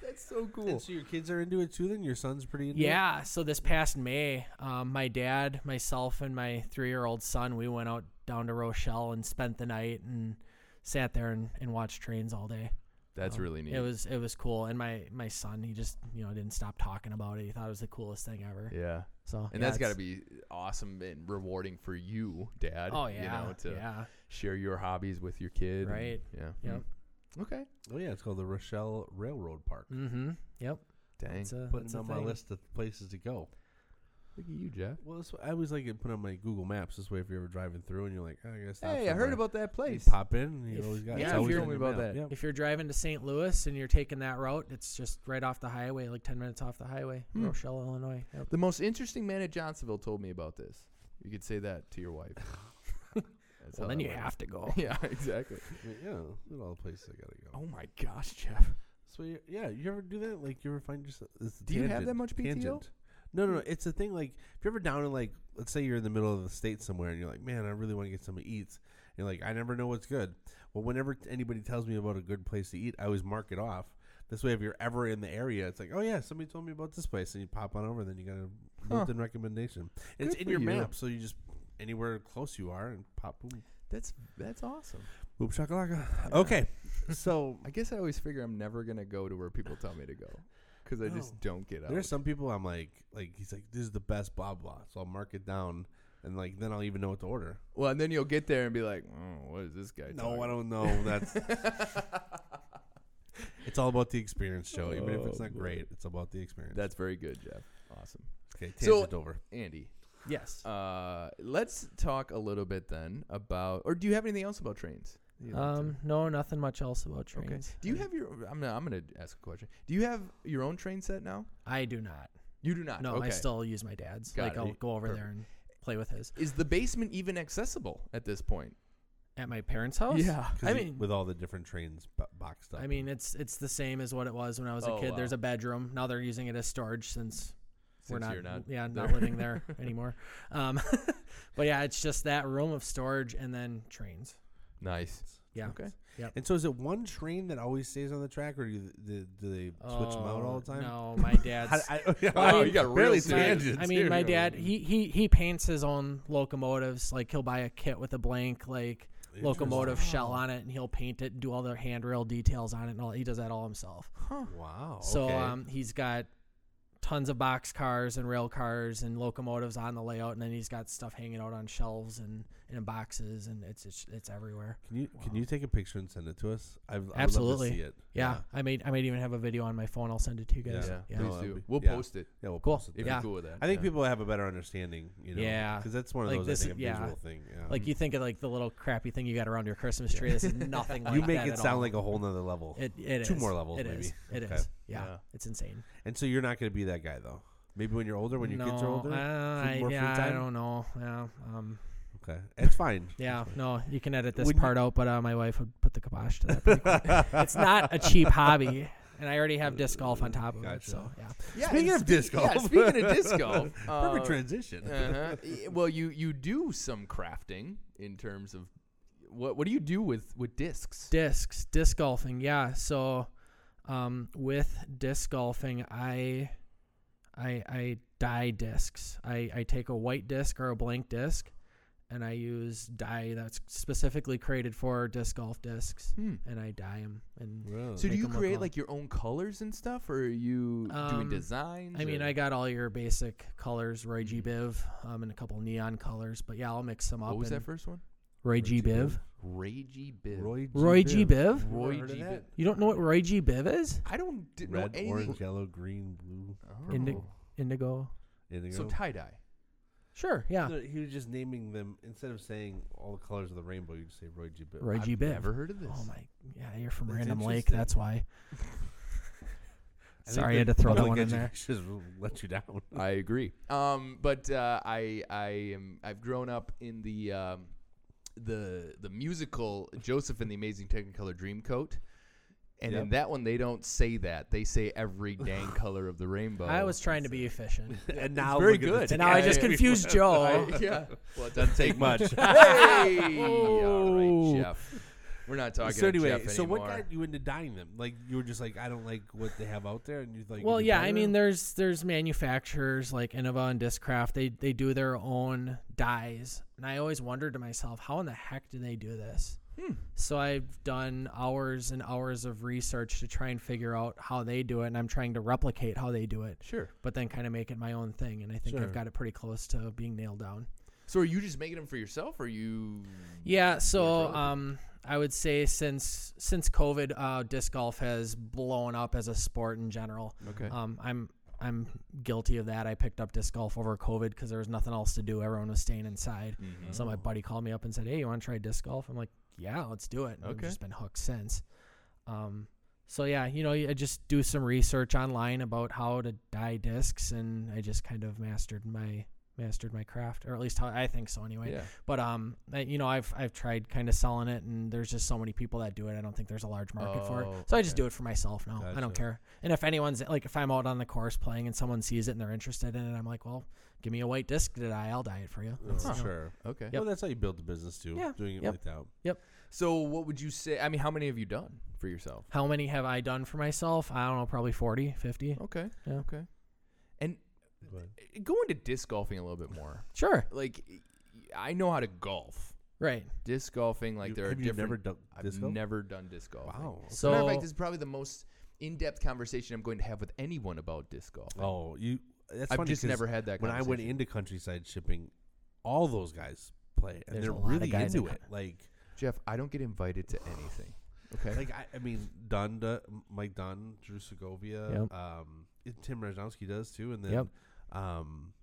[SPEAKER 3] That's so
[SPEAKER 2] And
[SPEAKER 3] cool.
[SPEAKER 2] so your kids are into it too. Then your son's pretty into it.
[SPEAKER 4] yeah. So this past May, um, my dad, myself, and my three-year-old son, we went out down to Rochelle and spent the night and sat there and, and watched trains all day.
[SPEAKER 3] That's
[SPEAKER 4] Um,
[SPEAKER 3] really neat.
[SPEAKER 4] It was it was cool. And my my son, he just you know didn't stop talking about it. He thought it was the coolest thing ever.
[SPEAKER 3] yeah,
[SPEAKER 4] So
[SPEAKER 3] and
[SPEAKER 4] yeah,
[SPEAKER 3] that's got to
[SPEAKER 4] it's-
[SPEAKER 3] be awesome and rewarding for you, Dad.
[SPEAKER 4] Oh yeah.
[SPEAKER 3] you know, to
[SPEAKER 4] yeah.
[SPEAKER 3] share your hobbies with your kid. and-
[SPEAKER 4] Right.
[SPEAKER 3] Yeah.
[SPEAKER 4] Yep.
[SPEAKER 3] Mm. Okay.
[SPEAKER 2] Oh yeah, it's called the Rochelle Railroad Park.
[SPEAKER 4] Mm-hmm. Yep.
[SPEAKER 3] Dang.
[SPEAKER 4] That's a,
[SPEAKER 2] Putting
[SPEAKER 4] that's a
[SPEAKER 2] on my
[SPEAKER 4] thing.
[SPEAKER 2] list of places to go.
[SPEAKER 3] Look at you, Jeff.
[SPEAKER 2] Well, that's what I always like to put on my Google Maps. This way, if you're ever driving through and you're like, oh, I guess.
[SPEAKER 3] Hey, I heard about that place.
[SPEAKER 2] Pop in. and You
[SPEAKER 4] If-
[SPEAKER 2] always got.
[SPEAKER 4] yeah,
[SPEAKER 2] it's
[SPEAKER 4] if
[SPEAKER 2] always
[SPEAKER 4] you're-
[SPEAKER 2] in
[SPEAKER 3] Tell me
[SPEAKER 2] your
[SPEAKER 3] about
[SPEAKER 2] map.
[SPEAKER 3] that.
[SPEAKER 2] Yep.
[SPEAKER 4] If you're driving to St. Louis and you're taking that route, it's just right off the highway, like 10 minutes off the highway,
[SPEAKER 3] Hmm.
[SPEAKER 4] Rochelle, Illinois. Yep.
[SPEAKER 3] The most interesting man at Johnsonville told me about this. You could say that to your wife. That's how
[SPEAKER 4] Well, then
[SPEAKER 3] that
[SPEAKER 4] you
[SPEAKER 3] went.
[SPEAKER 4] have to go.
[SPEAKER 3] Yeah, exactly.
[SPEAKER 2] But, yeah, look at all the places I gotta go.
[SPEAKER 3] Oh my gosh, Jeff.
[SPEAKER 2] So you yeah, you ever do that? Like you ever find yourself? It's a
[SPEAKER 3] Do you have
[SPEAKER 2] tangent,
[SPEAKER 3] that much PTO?
[SPEAKER 2] Tangent. No, no, no. It's a thing. Like if you're ever down in like, let's say you're in the middle of the state somewhere, and you're like, man, I really want to get something to eat. And you're like, I never know what's good. Well, whenever t- anybody tells me about a good place to eat, I always mark it off. This way, if you're ever in the area, it's like, oh yeah, somebody told me about this place, and you pop on over. Then you got a
[SPEAKER 3] Huh.
[SPEAKER 2] built-in recommendation. It's
[SPEAKER 3] Good
[SPEAKER 2] in
[SPEAKER 3] for
[SPEAKER 2] your
[SPEAKER 3] you.
[SPEAKER 2] map, so you just anywhere close you are, and pop boom,
[SPEAKER 3] That's that's awesome.
[SPEAKER 2] boom shakalaka. Okay, so
[SPEAKER 3] I guess I always figure I'm never gonna go to where people tell me to go because I just don't get out.
[SPEAKER 2] There's some people I'm like, like he's like, this is the best blah blah. So I'll mark it down, and like then I'll even know what to order.
[SPEAKER 3] well, and then you'll get there and be like, oh, what is this guy?
[SPEAKER 2] no, I don't know. That's it's all about the experience, Joe. Even if it's
[SPEAKER 3] Oh,
[SPEAKER 2] not
[SPEAKER 3] boy.
[SPEAKER 2] great, it's about the experience.
[SPEAKER 3] That's very good, Jeff. Awesome,
[SPEAKER 2] okay.
[SPEAKER 3] so-
[SPEAKER 2] Tangent over.
[SPEAKER 3] Andy.
[SPEAKER 4] Yes.
[SPEAKER 3] Uh, let's talk a little bit then about, or do you have anything else about trains? that you'd like to-
[SPEAKER 4] Um, no, nothing much else about trains.
[SPEAKER 3] okay. Do you have your? I'm gonna, I'm gonna ask a question. Do you have your own train set now?
[SPEAKER 4] I do not.
[SPEAKER 3] You do not.
[SPEAKER 4] No,
[SPEAKER 3] Uh, okay.
[SPEAKER 4] I still use my dad's.
[SPEAKER 3] Got
[SPEAKER 4] like
[SPEAKER 3] it.
[SPEAKER 4] I'll go over
[SPEAKER 3] Perfect.
[SPEAKER 4] there and play with his
[SPEAKER 3] Is the basement even accessible at this point?
[SPEAKER 4] at my parents' house.
[SPEAKER 2] 'Cause
[SPEAKER 4] Oh, I
[SPEAKER 2] you-
[SPEAKER 4] mean,
[SPEAKER 2] with all the different trains b- boxed up.
[SPEAKER 4] I mean it's it's the same as what it was when I was a
[SPEAKER 3] Oh,
[SPEAKER 4] kid. There's
[SPEAKER 3] wow.
[SPEAKER 4] a bedroom now. They're using it as storage since we're
[SPEAKER 3] Since
[SPEAKER 4] not,
[SPEAKER 3] you're not
[SPEAKER 4] yeah not
[SPEAKER 3] there.
[SPEAKER 4] living there anymore. Um, but yeah, it's just that room of storage and then trains.
[SPEAKER 3] Nice.
[SPEAKER 4] Yeah.
[SPEAKER 3] Okay.
[SPEAKER 2] and so is it one train that always stays on the track, or do, you, do, do they switch them out all the time?
[SPEAKER 4] Oh, Uh, No, my dad's.
[SPEAKER 2] I, I, yeah,
[SPEAKER 4] Well, I
[SPEAKER 2] wow,
[SPEAKER 4] mean,
[SPEAKER 2] Oh, you got really
[SPEAKER 4] My-
[SPEAKER 2] tangents.
[SPEAKER 4] I mean, my
[SPEAKER 2] here.
[SPEAKER 4] dad he, he he paints his own locomotives. Like he'll buy a kit with a blank like locomotive shell on it, and he'll paint it and do all the handrail details on it, and all he does that all himself.
[SPEAKER 2] Wow.
[SPEAKER 4] So
[SPEAKER 2] Oh, okay.
[SPEAKER 4] um, he's got tons of box cars and rail cars and locomotives on the layout, and then he's got stuff hanging out on shelves and, and in boxes, and it's it's, it's everywhere.
[SPEAKER 2] can you can you take a picture and send it to us? I've, I
[SPEAKER 4] Absolutely.
[SPEAKER 2] Would love to see it.
[SPEAKER 4] Yeah, I made I might even have a video on my phone. I'll send it to you guys.
[SPEAKER 2] Yeah.
[SPEAKER 4] Yeah.
[SPEAKER 3] Please
[SPEAKER 2] No, that'd
[SPEAKER 3] do.
[SPEAKER 2] be-
[SPEAKER 3] We'll
[SPEAKER 2] yeah.
[SPEAKER 3] post it
[SPEAKER 2] Yeah, we'll
[SPEAKER 4] Cool.
[SPEAKER 2] post it.
[SPEAKER 3] if
[SPEAKER 2] there.
[SPEAKER 3] you're
[SPEAKER 4] Yeah.
[SPEAKER 3] cool with that.
[SPEAKER 2] I think
[SPEAKER 3] Yeah.
[SPEAKER 2] people have a better understanding, you know.
[SPEAKER 4] Yeah.
[SPEAKER 2] because that's one of
[SPEAKER 4] Like
[SPEAKER 2] those
[SPEAKER 4] this
[SPEAKER 2] I
[SPEAKER 4] is-
[SPEAKER 2] think a
[SPEAKER 4] yeah.
[SPEAKER 2] visual thing. Yeah.
[SPEAKER 4] Like you think of like the little crappy thing you got around your Christmas tree. This is nothing like
[SPEAKER 2] you make
[SPEAKER 4] that
[SPEAKER 2] it
[SPEAKER 4] at
[SPEAKER 2] sound
[SPEAKER 4] all.
[SPEAKER 2] like a whole nother level.
[SPEAKER 4] It, it
[SPEAKER 2] Two
[SPEAKER 4] is.
[SPEAKER 2] more levels,
[SPEAKER 4] It
[SPEAKER 2] maybe.
[SPEAKER 4] is. It
[SPEAKER 2] Okay.
[SPEAKER 4] is. Yeah.
[SPEAKER 3] Yeah.
[SPEAKER 4] It's insane.
[SPEAKER 2] and so you're not going to be that guy though. Maybe when you're older, when your
[SPEAKER 4] no,
[SPEAKER 2] kids are older.
[SPEAKER 4] uh, I,
[SPEAKER 2] more free
[SPEAKER 4] yeah, I
[SPEAKER 2] time?
[SPEAKER 4] don't know. Yeah. Um,
[SPEAKER 2] okay, it's fine.
[SPEAKER 4] yeah. No, you can edit this
[SPEAKER 2] When you-
[SPEAKER 4] part out, but uh, my wife would put the kibosh to that. pretty quick. it's not a cheap hobby. And I already have disc golf on top of it.
[SPEAKER 2] Gotcha.
[SPEAKER 4] So, yeah.
[SPEAKER 3] Yeah,
[SPEAKER 2] Speaking
[SPEAKER 3] and
[SPEAKER 2] of disc
[SPEAKER 3] yeah,
[SPEAKER 2] golf.
[SPEAKER 3] speaking of disc golf,
[SPEAKER 2] Perfect
[SPEAKER 3] uh,
[SPEAKER 2] transition.
[SPEAKER 3] uh-huh. Y- Well, you you do some crafting in terms of what what do you do with with discs?
[SPEAKER 4] Discs, disc golfing. Yeah. So, um, with disc golfing, I, I, I dye discs. I, I take a white disc or a blank disc, and I use dye that's specifically created for disc golf discs,
[SPEAKER 3] Hmm.
[SPEAKER 4] and I dye them. And
[SPEAKER 3] So do
[SPEAKER 4] Make
[SPEAKER 3] you
[SPEAKER 4] 'em look
[SPEAKER 3] create
[SPEAKER 4] all-
[SPEAKER 3] like your own colors and stuff, or are you doing
[SPEAKER 4] Um,
[SPEAKER 3] designs?
[SPEAKER 4] I mean,
[SPEAKER 3] or-
[SPEAKER 4] I got all your basic colors, Roy G. Biv, um, and a couple neon colors. But yeah, I'll mix them up.
[SPEAKER 3] what was that
[SPEAKER 4] and-
[SPEAKER 3] first one?
[SPEAKER 4] Roy G. Biv.
[SPEAKER 3] Roy G. Biv.
[SPEAKER 2] Roy G.
[SPEAKER 4] Roy G. Biv.
[SPEAKER 3] Roy
[SPEAKER 2] Heard of
[SPEAKER 3] G.
[SPEAKER 2] that?
[SPEAKER 3] Biv.
[SPEAKER 4] You don't know what Roy G. Biv is?
[SPEAKER 3] I don't d- know
[SPEAKER 2] Red,
[SPEAKER 3] anything.
[SPEAKER 2] orange, yellow, green, blue.
[SPEAKER 3] Oh.
[SPEAKER 4] Indi- Indigo.
[SPEAKER 2] Indigo. Uh,
[SPEAKER 3] So tie dye.
[SPEAKER 4] Sure. Yeah.
[SPEAKER 2] No, he was just naming them instead of saying all the colors of the rainbow. You just say Roy G. Biv.
[SPEAKER 4] Roy G.
[SPEAKER 3] I've
[SPEAKER 4] Biv.
[SPEAKER 3] Never heard of this.
[SPEAKER 4] Oh my, yeah, you're from
[SPEAKER 2] That's
[SPEAKER 4] Random Lake.
[SPEAKER 2] interesting.
[SPEAKER 4] That's why.
[SPEAKER 2] I think
[SPEAKER 4] Sorry, I
[SPEAKER 2] the
[SPEAKER 4] had to throw that
[SPEAKER 2] public
[SPEAKER 4] one in there.
[SPEAKER 2] education will Let you down.
[SPEAKER 3] I agree. Um, but uh, I I am I've grown up in the um, the the musical Joseph and the Amazing Technicolor Dreamcoat. And in
[SPEAKER 2] Yep.
[SPEAKER 3] that one, they don't say that. They say every dang color of the rainbow.
[SPEAKER 4] I was trying to be efficient,
[SPEAKER 2] and now
[SPEAKER 3] very
[SPEAKER 2] look at the
[SPEAKER 3] good.
[SPEAKER 2] t-
[SPEAKER 4] and now I
[SPEAKER 3] Yeah,
[SPEAKER 4] just
[SPEAKER 3] yeah.
[SPEAKER 4] confused Joe.
[SPEAKER 3] I- yeah. Well,
[SPEAKER 2] Doesn't
[SPEAKER 3] it doesn't
[SPEAKER 2] take much.
[SPEAKER 3] Hey! All
[SPEAKER 4] Oh.
[SPEAKER 3] right, Jeff. We're not talking
[SPEAKER 2] so anyway,
[SPEAKER 3] to Jeff
[SPEAKER 2] so what
[SPEAKER 3] anymore.
[SPEAKER 2] got you into dyeing them? Like you were just like, I don't like what they have out there, and you like.
[SPEAKER 4] well,
[SPEAKER 2] "You
[SPEAKER 4] yeah,
[SPEAKER 2] dye
[SPEAKER 4] I
[SPEAKER 2] them?"
[SPEAKER 4] mean, there's there's manufacturers like Innova and Discraft. They they do their own dyes, and I always wondered to myself, how in the heck do they do this? So I've done hours and hours of research to try and figure out how they do it, and I'm trying to replicate how they do it,
[SPEAKER 3] Sure.
[SPEAKER 4] but then kind of make it my own thing. And I think
[SPEAKER 2] Sure.
[SPEAKER 4] I've got it pretty close to being nailed down.
[SPEAKER 3] So are you just making them for yourself, or you?
[SPEAKER 4] Yeah, so
[SPEAKER 3] other
[SPEAKER 4] um, I would say since since COVID, uh, disc golf has blown up as a sport in general.
[SPEAKER 3] Okay.
[SPEAKER 4] Um, I'm I'm guilty of that. I picked up disc golf over COVID because there was nothing else to do. Everyone was staying inside.
[SPEAKER 3] Mm-hmm.
[SPEAKER 4] So
[SPEAKER 3] Oh.
[SPEAKER 4] my buddy called me up and said, "Hey, you want to try disc golf?" I'm like, "Yeah, let's do it." And I've
[SPEAKER 3] Okay.
[SPEAKER 4] just been hooked since. Um, so yeah, you know, I just do some research online about how to dye discs, and I just kind of mastered my mastered my craft, or at least how I think so anyway.
[SPEAKER 3] Yeah.
[SPEAKER 4] But um, I, you know, I've I've tried kind of selling it, and there's just so many people that do it. I don't think there's a large market for it,
[SPEAKER 3] Oh,
[SPEAKER 4] so I just
[SPEAKER 3] okay.
[SPEAKER 4] do it for myself now. I
[SPEAKER 2] Gotcha.
[SPEAKER 4] don't care. And if anyone's like, if I'm out on the course playing and someone sees it and they're interested in it, I'm like, well, give me a white disc to die. I'll dye it for you. That's, you know.
[SPEAKER 2] Sure.
[SPEAKER 3] Oh, Okay.
[SPEAKER 2] Well, that's how you build the business too.
[SPEAKER 4] Yeah.
[SPEAKER 2] Doing it
[SPEAKER 4] Yep.
[SPEAKER 2] like that.
[SPEAKER 3] So what would you say? I mean, how many have you done for yourself?
[SPEAKER 4] How many have I done for myself? I don't know, probably 40, 50.
[SPEAKER 3] Okay.
[SPEAKER 4] Yeah.
[SPEAKER 3] Okay. And
[SPEAKER 2] But
[SPEAKER 3] Eh, go into disc golfing a little bit more.
[SPEAKER 4] Sure.
[SPEAKER 3] Like, y- I know how to golf.
[SPEAKER 4] Right.
[SPEAKER 3] Disc golfing, like
[SPEAKER 2] You-
[SPEAKER 3] there are
[SPEAKER 2] have you
[SPEAKER 3] different.
[SPEAKER 2] never done
[SPEAKER 3] I've
[SPEAKER 2] disc golf?
[SPEAKER 3] never done disc golf.
[SPEAKER 2] Wow. okay.
[SPEAKER 4] So
[SPEAKER 3] Matter of fact, this is probably the most in-depth conversation I'm going to have with anyone about disc golf.
[SPEAKER 2] Oh, you. That's
[SPEAKER 3] I've
[SPEAKER 2] funny
[SPEAKER 3] just
[SPEAKER 2] 'cause
[SPEAKER 3] never had that.
[SPEAKER 2] When I went
[SPEAKER 3] conversation.
[SPEAKER 2] into countryside shipping, all those guys play, and
[SPEAKER 4] There's
[SPEAKER 2] they're
[SPEAKER 4] a lot of
[SPEAKER 2] really
[SPEAKER 4] guys that
[SPEAKER 2] into
[SPEAKER 4] come-
[SPEAKER 2] it. Like,
[SPEAKER 3] Jeff, I don't get invited to anything. Okay.
[SPEAKER 2] like I, I mean, Dunn, do- Mike Dunn, Drew Segovia,
[SPEAKER 4] Yep.
[SPEAKER 2] um, it- Tim Rajanski does too, and then
[SPEAKER 4] Yep.
[SPEAKER 2] um,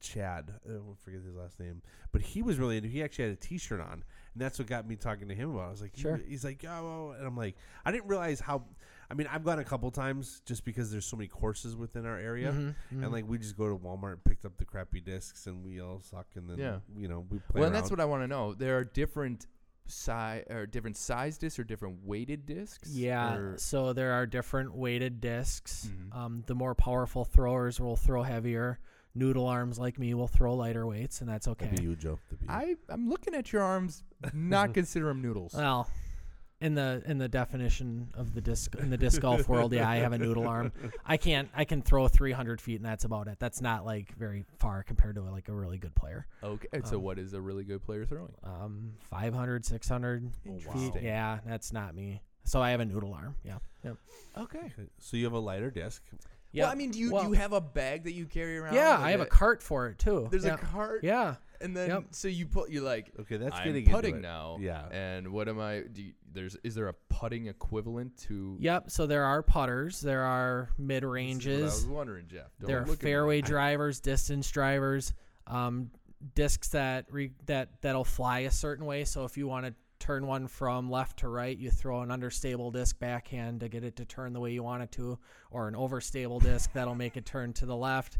[SPEAKER 2] Chad, I don't forget his last name, but he was really into. He actually had a T-shirt on, and that's what got me talking to him about. It. I was like, you-
[SPEAKER 4] Sure.
[SPEAKER 2] he's like, oh, and I'm like, I didn't realize how. I mean, I've gone a couple times just because there's so many courses within our area.
[SPEAKER 3] Mm-hmm.
[SPEAKER 4] Mhm, mhm.
[SPEAKER 2] And like we just go to Walmart and picked up the crappy discs and we all suck and then
[SPEAKER 3] Yeah.
[SPEAKER 2] you know we play.
[SPEAKER 3] well, and that's what I want to know. There are different size or different size discs or different weighted discs.
[SPEAKER 4] Yeah.
[SPEAKER 3] or-
[SPEAKER 4] So there are different weighted disks
[SPEAKER 2] Mm-hmm.
[SPEAKER 3] Mhm.
[SPEAKER 4] Um, the more powerful throwers will throw heavier. Noodle arms like me will throw lighter weights, and that's okay.
[SPEAKER 2] That'd be you, Joe. That'd be you.
[SPEAKER 3] I I'm looking at your arms. Not consider them noodles.
[SPEAKER 4] Well, in the in the definition of the disc in the disc golf world, yeah, I have a noodle arm. I can't. I can throw 300 feet, and that's about it. That's not like very far compared to like a really good player.
[SPEAKER 3] okay. so
[SPEAKER 4] um,
[SPEAKER 3] what is a really good player throwing?
[SPEAKER 4] Um, 500, 600
[SPEAKER 3] Oh,
[SPEAKER 4] feet.
[SPEAKER 3] Interesting.
[SPEAKER 4] Yeah, that's not me. So I have a noodle arm. Yeah. Yep.
[SPEAKER 3] Okay.
[SPEAKER 2] Okay, so you have a lighter disc.
[SPEAKER 3] Well, I mean, do you
[SPEAKER 4] Well-
[SPEAKER 3] do you have a bag that you carry around?
[SPEAKER 4] yeah,
[SPEAKER 3] like
[SPEAKER 4] I have a cart for it too.
[SPEAKER 3] There's
[SPEAKER 4] yeah.
[SPEAKER 3] a cart.
[SPEAKER 4] Yeah.
[SPEAKER 3] And then
[SPEAKER 4] Yep.
[SPEAKER 3] so you put you're like
[SPEAKER 2] Okay, that's
[SPEAKER 3] I'm
[SPEAKER 2] getting
[SPEAKER 3] putting
[SPEAKER 2] into it.
[SPEAKER 3] now.
[SPEAKER 2] Yeah.
[SPEAKER 3] And what am I? Do you, there's is there a putting equivalent to?
[SPEAKER 4] Yep. So there are putters. There are
[SPEAKER 3] This
[SPEAKER 4] mid
[SPEAKER 3] is what I was
[SPEAKER 4] ranges.
[SPEAKER 3] wondering, Jeff. Don't
[SPEAKER 4] There are
[SPEAKER 3] look at me.
[SPEAKER 4] fairway drivers, distance drivers, um, discs that re- that that'll fly a certain way. So if you want to turn one from left to right, you throw an understable disc backhand to get it to turn the way you want it to, or an overstable disc that'll make it turn to the left.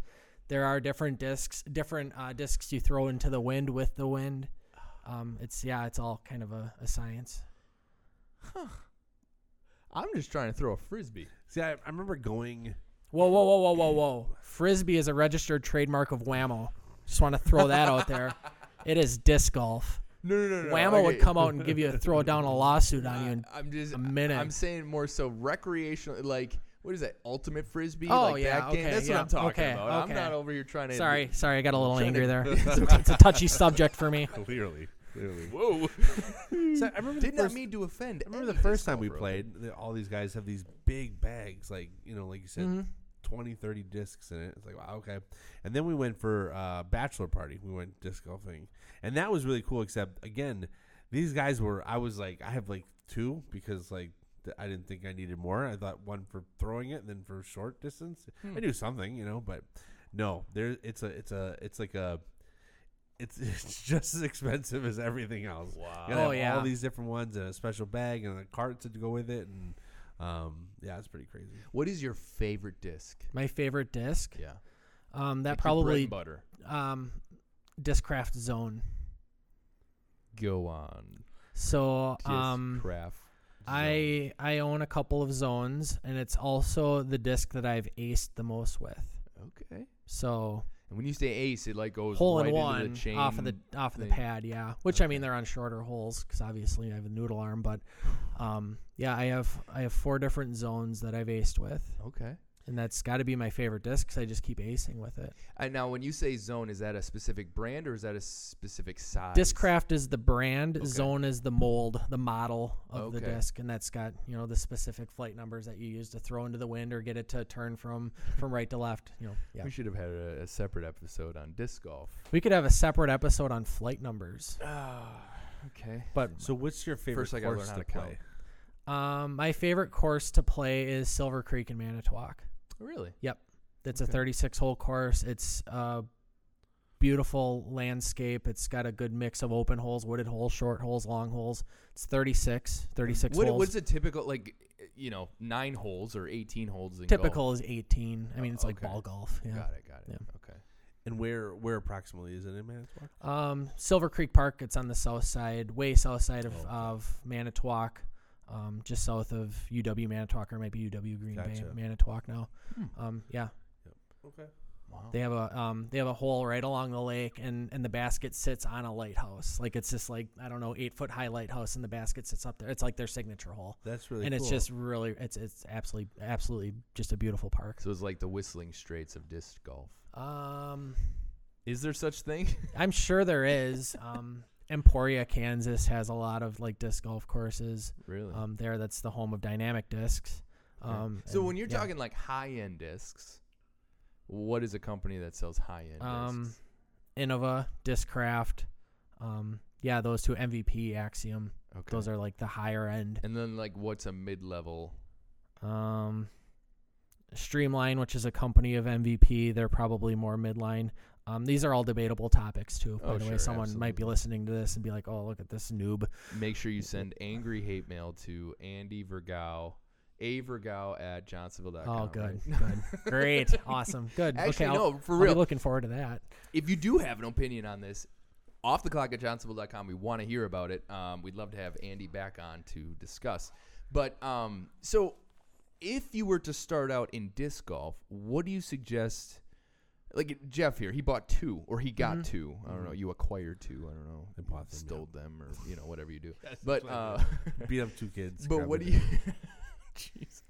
[SPEAKER 4] There are different discs, different uh, discs you throw into the wind with the wind. Um, it's yeah, it's all kind of a, a science.
[SPEAKER 3] I'm just trying to throw a frisbee.
[SPEAKER 2] See, I, I remember going.
[SPEAKER 4] Whoa, whoa, whoa, whoa, whoa, whoa. Frisbee is a registered trademark of Whammo. Just want to throw that out there. It is disc golf.
[SPEAKER 3] No, no, no, no.
[SPEAKER 4] Whammo would come out and give you a throw down a lawsuit on you. And,
[SPEAKER 3] I'm just
[SPEAKER 4] a minute.
[SPEAKER 3] I'm saying more so recreational, like what is that? Ultimate frisbee?
[SPEAKER 4] Oh,
[SPEAKER 3] like
[SPEAKER 4] yeah,
[SPEAKER 3] that game?
[SPEAKER 4] okay,
[SPEAKER 3] That's
[SPEAKER 4] yeah,
[SPEAKER 3] what I'm talking
[SPEAKER 4] okay,
[SPEAKER 3] about.
[SPEAKER 4] okay.
[SPEAKER 3] I'm not over here trying to.
[SPEAKER 4] sorry, sorry, I got a little
[SPEAKER 3] Trying to-
[SPEAKER 4] angry there. It's a touchy subject for me.
[SPEAKER 2] Clearly, clearly.
[SPEAKER 3] Whoa!
[SPEAKER 2] So I remember the
[SPEAKER 3] Did not
[SPEAKER 2] first-
[SPEAKER 3] mean to offend.
[SPEAKER 2] I remember
[SPEAKER 3] any
[SPEAKER 2] the first
[SPEAKER 3] disc
[SPEAKER 2] time we
[SPEAKER 3] golfer.
[SPEAKER 2] played. the- All these guys have these big bags, like you know, like you said, twenty, thirty 20, 30 discs in it. It's like wow, okay. And then we went for uh, bachelor party. We went disc golfing, and that was really cool. Except again, these guys were. I was like, I have like two because like. th- I didn't think I needed more. I thought one for throwing it, and then for short distance. I do something, you know, but no, there. It's a, it's a, it's like a, it's it's just as expensive as everything else.
[SPEAKER 3] Wow.
[SPEAKER 2] You gotta
[SPEAKER 4] Oh,
[SPEAKER 2] have
[SPEAKER 4] yeah.
[SPEAKER 2] all these different ones and a special bag and a cart to go with it, and um, yeah, it's pretty crazy.
[SPEAKER 3] What is your favorite disc?
[SPEAKER 4] My favorite disc.
[SPEAKER 3] Yeah,
[SPEAKER 4] Um, that
[SPEAKER 3] Like your bread and
[SPEAKER 4] probably
[SPEAKER 3] butter.
[SPEAKER 4] um, Discraft Zone.
[SPEAKER 3] Go on.
[SPEAKER 4] So
[SPEAKER 3] Disc
[SPEAKER 4] um,
[SPEAKER 3] craft.
[SPEAKER 4] I I own a couple of zones, and it's also the disc that I've aced the most with.
[SPEAKER 3] Okay.
[SPEAKER 4] So
[SPEAKER 3] And when you say ace, it like goes
[SPEAKER 4] hole
[SPEAKER 3] right
[SPEAKER 4] in one
[SPEAKER 3] into the chain.
[SPEAKER 4] off of the off of the
[SPEAKER 3] thing.
[SPEAKER 4] pad, yeah. Which I mean, they're on shorter holes because obviously I have a noodle arm, but um, yeah, I have I have four different zones that I've aced with,
[SPEAKER 3] Okay.
[SPEAKER 4] and that's got to be my favorite disc 'cause I just keep acing with it.
[SPEAKER 3] And now, when you say zone, is that a specific brand or is that a specific size?
[SPEAKER 4] Discraft is the brand,
[SPEAKER 3] Okay.
[SPEAKER 4] Zone is the mold, the model of the
[SPEAKER 3] Okay.
[SPEAKER 4] disc, and that's got you know the specific flight numbers that you use to throw into the wind or get it to turn from from right to left. You know, yeah.
[SPEAKER 3] We should have had a, a separate episode on disc golf.
[SPEAKER 4] We could have a separate episode on flight numbers,
[SPEAKER 3] Ah, okay.
[SPEAKER 4] but
[SPEAKER 2] So, what's your favorite
[SPEAKER 3] First, I gotta
[SPEAKER 2] course
[SPEAKER 3] learn
[SPEAKER 2] to
[SPEAKER 3] how to
[SPEAKER 2] play?
[SPEAKER 3] count.
[SPEAKER 4] Um, my favorite course to play is Silver Creek in Manitowoc.
[SPEAKER 3] Really?
[SPEAKER 4] That's
[SPEAKER 3] Okay.
[SPEAKER 4] a 36 hole course. It's a beautiful landscape. It's got a good mix of open holes, wooded holes, short holes, long holes. It's 36, 36
[SPEAKER 3] What,
[SPEAKER 4] holes.
[SPEAKER 3] what's a typical like? You know, nine holes or eighteen holes in golf?
[SPEAKER 4] Typical is 18. I mean, it's like
[SPEAKER 3] Okay.
[SPEAKER 4] ball golf. Yeah.
[SPEAKER 3] Got it. Got it.
[SPEAKER 4] Yeah.
[SPEAKER 3] Okay.
[SPEAKER 2] And where where approximately is it in Manitowoc?
[SPEAKER 4] Um, Silver Creek Park. It's on the south side, way south side of,
[SPEAKER 2] Oh, okay.
[SPEAKER 4] of Manitowoc, um, just south of UW Manitowoc, or maybe UW Green Bay,
[SPEAKER 2] Gotcha.
[SPEAKER 4] Manitowoc now.
[SPEAKER 3] Hmm.
[SPEAKER 4] Um, yeah,
[SPEAKER 2] Okay.
[SPEAKER 3] Wow.
[SPEAKER 4] they have a um, they have a hole right along the lake, and and the basket sits on a lighthouse. Like it's just like I don't know, eight foot high lighthouse, and the basket sits up there. It's like their signature hole,
[SPEAKER 2] That's really
[SPEAKER 4] and
[SPEAKER 2] cool.
[SPEAKER 4] it's just really, it's it's absolutely absolutely just a beautiful park.
[SPEAKER 3] So it's like the Whistling Straits of disc golf.
[SPEAKER 4] Um,
[SPEAKER 3] Is there such thing?
[SPEAKER 4] I'm sure there is. Um, Emporia, Kansas has a lot of like disc golf courses.
[SPEAKER 3] really?
[SPEAKER 4] um, there. That's the home of dynamic discs.
[SPEAKER 3] Okay.
[SPEAKER 4] Um,
[SPEAKER 3] so
[SPEAKER 4] and-
[SPEAKER 3] when you're
[SPEAKER 4] yeah.
[SPEAKER 3] talking like high end discs, what is a company that sells high end
[SPEAKER 4] Um,
[SPEAKER 3] discs?
[SPEAKER 4] Innova, Discraft, um, yeah, those two MVP, Axiom,
[SPEAKER 3] Okay.
[SPEAKER 4] those are like the higher end.
[SPEAKER 3] and then like what's a mid level?
[SPEAKER 4] Um, Streamline, which is a company of MVP, they're probably more midline. Um, these are all debatable topics too. By
[SPEAKER 3] Oh,
[SPEAKER 4] the way,
[SPEAKER 3] sure,
[SPEAKER 4] someone might be
[SPEAKER 3] absolutely.
[SPEAKER 4] listening to this and be like, "Oh, look at this noob."
[SPEAKER 3] Make sure you send angry hate mail to Andy Vergao, a Vergao at Johnsonville.com.
[SPEAKER 4] Oh,
[SPEAKER 3] right?
[SPEAKER 4] good, good, great, awesome, good.
[SPEAKER 3] Actually,
[SPEAKER 4] okay, I'll-
[SPEAKER 3] no, for
[SPEAKER 4] I'll be
[SPEAKER 3] real.
[SPEAKER 4] looking forward to that.
[SPEAKER 3] if you do have an opinion on this, off the clock at johnsonville.com, we want to hear about it. Um, we'd love to have Andy back on to discuss. But um, so if you were to start out in disc golf, what do you suggest? Like Jeff here, he bought two or he
[SPEAKER 4] Mm-hmm.
[SPEAKER 3] got two. I don't know. You acquired two. I don't know.
[SPEAKER 2] I Mm-hmm. bought them,
[SPEAKER 3] stole them or you know whatever you do. but uh,
[SPEAKER 2] beat up two kids.
[SPEAKER 3] but
[SPEAKER 2] grab
[SPEAKER 3] what
[SPEAKER 2] a
[SPEAKER 3] do
[SPEAKER 2] disc.
[SPEAKER 3] you? Jeez.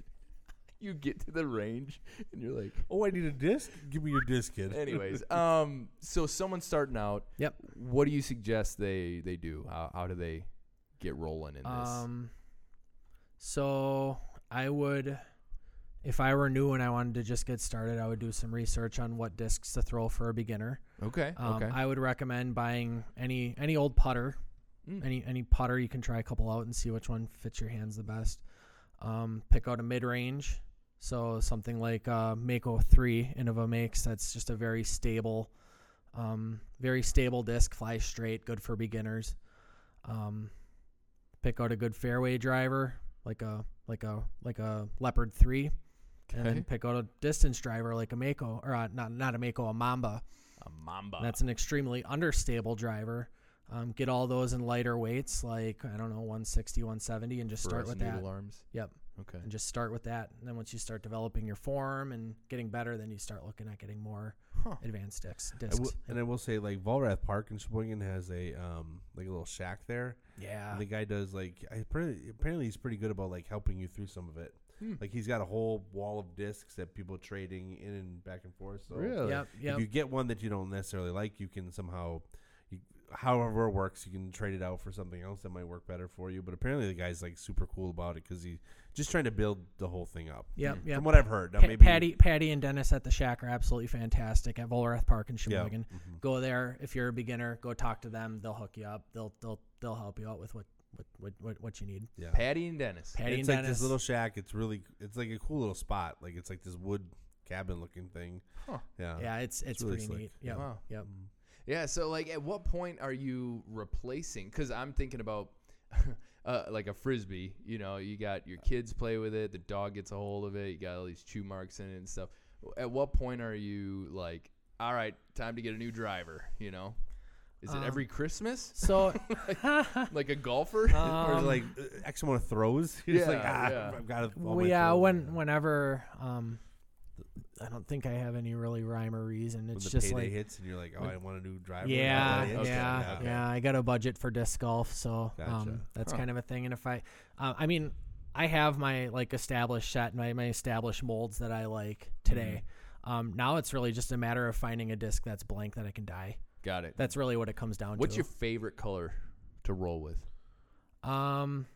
[SPEAKER 3] You get to the range and you're like,
[SPEAKER 2] Oh, I need a disc. Give me your disc, kid.
[SPEAKER 3] Anyways, um, so someone starting out.
[SPEAKER 4] Yep.
[SPEAKER 3] What do you suggest they they do? How, how do they get rolling in this?
[SPEAKER 4] Um, so I would, if I were new and I wanted to just get started, I would do some research on what discs to throw for a beginner.
[SPEAKER 3] okay.
[SPEAKER 4] Um,
[SPEAKER 3] okay.
[SPEAKER 4] I would recommend buying any any old putter,
[SPEAKER 3] Mm.
[SPEAKER 4] any any putter you can try a couple out and see which one fits your hands the best. Um, pick out a mid range, so something like uh, Mako three Innova makes. That's just a very stable, um, very stable disc, flies straight, good for beginners. Um, pick out a good fairway driver, like a like a like a Leopard three. And
[SPEAKER 3] Okay.
[SPEAKER 4] then pick out a distance driver like a Mako, or uh, not not a Mako, a Mamba.
[SPEAKER 3] a mamba.
[SPEAKER 4] That's an extremely understable driver. Um, get all those in lighter weights, like I don't know, 160, 170, and just
[SPEAKER 3] for
[SPEAKER 4] start
[SPEAKER 3] us
[SPEAKER 4] with
[SPEAKER 3] noodle
[SPEAKER 4] that.
[SPEAKER 3] arms.
[SPEAKER 4] Yep,
[SPEAKER 3] Okay.
[SPEAKER 4] and just start with that. And then once you start developing your form and getting better, then you start looking at getting more
[SPEAKER 3] Huh.
[SPEAKER 4] advanced discs.
[SPEAKER 2] I
[SPEAKER 4] discs.
[SPEAKER 2] will, and I will say, like Volrath Park in Sheboygan has a um like a little shack there.
[SPEAKER 4] yeah,
[SPEAKER 2] And the guy does like I pretty, apparently he's pretty good about like helping you through some of it.
[SPEAKER 3] Hmm.
[SPEAKER 2] Like he's got a whole wall of discs that people trading in and back and forth. So
[SPEAKER 3] Really?
[SPEAKER 4] yep,
[SPEAKER 2] if
[SPEAKER 4] yep.
[SPEAKER 2] you get one that you don't necessarily like, you can somehow, you, however it works, you can trade it out for something else that might work better for you. But apparently, the guy's like super cool about it because he's just trying to build the whole thing up.
[SPEAKER 4] Yep, yep.
[SPEAKER 2] From what I've heard, now,
[SPEAKER 4] Pa-
[SPEAKER 2] maybe
[SPEAKER 4] Patty, Patty, and Dennis at the shack are absolutely fantastic at Volrath Park in
[SPEAKER 2] yeah,
[SPEAKER 4] Sheboygan.
[SPEAKER 2] mhm.
[SPEAKER 4] Go there if you're a beginner. Go talk to them. They'll hook you up. They'll they'll they'll help you out with what what what, what, what you need.
[SPEAKER 2] yeah.
[SPEAKER 3] Patty and Dennis.
[SPEAKER 4] Patty
[SPEAKER 2] it's
[SPEAKER 4] and
[SPEAKER 2] like
[SPEAKER 4] Dennis.
[SPEAKER 2] this little shack. It's really, it's like a cool little spot. Like it's like this wood cabin looking thing.
[SPEAKER 3] Huh.
[SPEAKER 2] Yeah.
[SPEAKER 4] yeah, it's it's,
[SPEAKER 2] really
[SPEAKER 4] pretty
[SPEAKER 2] slick.
[SPEAKER 4] neat. Yep,
[SPEAKER 3] Wow.
[SPEAKER 4] yep.
[SPEAKER 3] Yeah. So like, at what point are you replacing? Because I'm thinking about. Uh, like a frisbee, you know, you got your kids play with it, the dog gets a hold of it, you got all these chew marks in it and stuff. At what point are you like, all right, time to get a new driver? You know, is it
[SPEAKER 4] Um,
[SPEAKER 3] every Christmas?
[SPEAKER 4] So,
[SPEAKER 3] like a golfer.
[SPEAKER 2] or
[SPEAKER 4] um,
[SPEAKER 2] like uh, X amount of throws. You're just like,
[SPEAKER 3] Yeah,
[SPEAKER 2] ah,
[SPEAKER 3] yeah.
[SPEAKER 2] I've got to.
[SPEAKER 4] well, yeah, when whenever um, I don't think I have any really rhyme or reason.
[SPEAKER 2] when
[SPEAKER 4] It's
[SPEAKER 2] the
[SPEAKER 4] just
[SPEAKER 2] payday
[SPEAKER 4] like,
[SPEAKER 2] hits and you're like, oh, I want a new driver.
[SPEAKER 4] yeah,
[SPEAKER 2] Okay,
[SPEAKER 4] yeah,
[SPEAKER 2] okay,
[SPEAKER 4] yeah,
[SPEAKER 2] okay.
[SPEAKER 4] I got a budget for disc golf, so
[SPEAKER 2] Gotcha.
[SPEAKER 4] um, that's
[SPEAKER 3] Huh.
[SPEAKER 4] kind of a thing. And if I, uh, I mean, I have my like established set, my my established molds that I like today.
[SPEAKER 2] Mm-hmm.
[SPEAKER 4] Um, now it's really just a matter of finding a disc that's blank that I can dye.
[SPEAKER 3] Got it.
[SPEAKER 4] That's really what it comes down
[SPEAKER 3] What's
[SPEAKER 4] to.
[SPEAKER 3] your favorite color to roll with?
[SPEAKER 4] Um,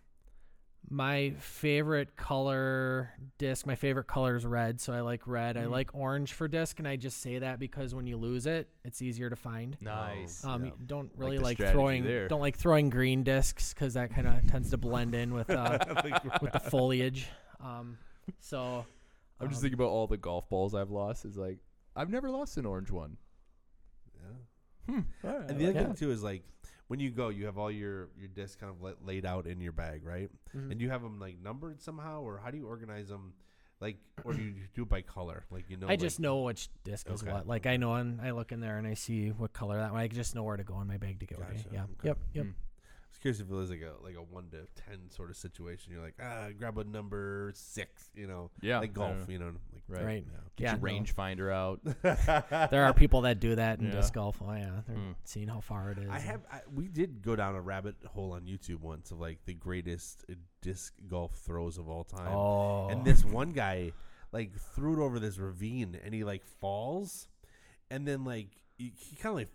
[SPEAKER 4] my favorite color disc. My favorite color is red, so I like red. I like orange for disc, and I just say that because when you lose it, it's easier to find.
[SPEAKER 3] Nice.
[SPEAKER 4] Um,
[SPEAKER 2] Yeah.
[SPEAKER 4] don't really
[SPEAKER 3] the
[SPEAKER 4] like,
[SPEAKER 3] strategy
[SPEAKER 4] throwing.
[SPEAKER 3] there.
[SPEAKER 4] Don't like throwing green discs because that kind of tends to blend in with uh, with the foliage. Um, so
[SPEAKER 3] I'm just
[SPEAKER 4] um,
[SPEAKER 3] thinking about all the golf balls I've lost. Is like I've never lost an orange one.
[SPEAKER 2] Yeah.
[SPEAKER 3] Hmm.
[SPEAKER 2] And the other
[SPEAKER 4] Yeah.
[SPEAKER 2] thing too is like when you go, you have all your your discs kind of la- laid out in your bag, right?
[SPEAKER 4] mhm.
[SPEAKER 2] And you have them like numbered somehow, or how do you organize them? like, or do you do it by color? Like you know,
[SPEAKER 4] I just know which disc is
[SPEAKER 2] Okay,
[SPEAKER 4] what. Like I know, and I look in there and I see what color that one. I just know where to go in my bag to get what I-
[SPEAKER 2] Gotcha,
[SPEAKER 4] Yeah.
[SPEAKER 2] okay.
[SPEAKER 4] Yep. Yep.
[SPEAKER 3] Mm.
[SPEAKER 2] I was curious if it was like a like a one to ten sort of situation. You're like, ah, grab a number six, you know,
[SPEAKER 3] Yeah,
[SPEAKER 2] like
[SPEAKER 3] I
[SPEAKER 2] golf,
[SPEAKER 3] know.
[SPEAKER 2] you know, like
[SPEAKER 3] Right.
[SPEAKER 4] Right.
[SPEAKER 2] yeah.
[SPEAKER 3] Get
[SPEAKER 4] yeah.
[SPEAKER 3] your
[SPEAKER 4] no.
[SPEAKER 3] range finder out.
[SPEAKER 4] There are people that do that in
[SPEAKER 3] Yeah.
[SPEAKER 4] disc golf. Oh yeah. They're
[SPEAKER 3] Mm.
[SPEAKER 4] seeing how far it is.
[SPEAKER 2] I
[SPEAKER 4] and-
[SPEAKER 2] have. I, we did go down a rabbit hole on YouTube once of like the greatest uh, disc golf throws of all time.
[SPEAKER 4] Oh.
[SPEAKER 2] And this one guy like threw it over this ravine and he like falls and then like he, he kind of like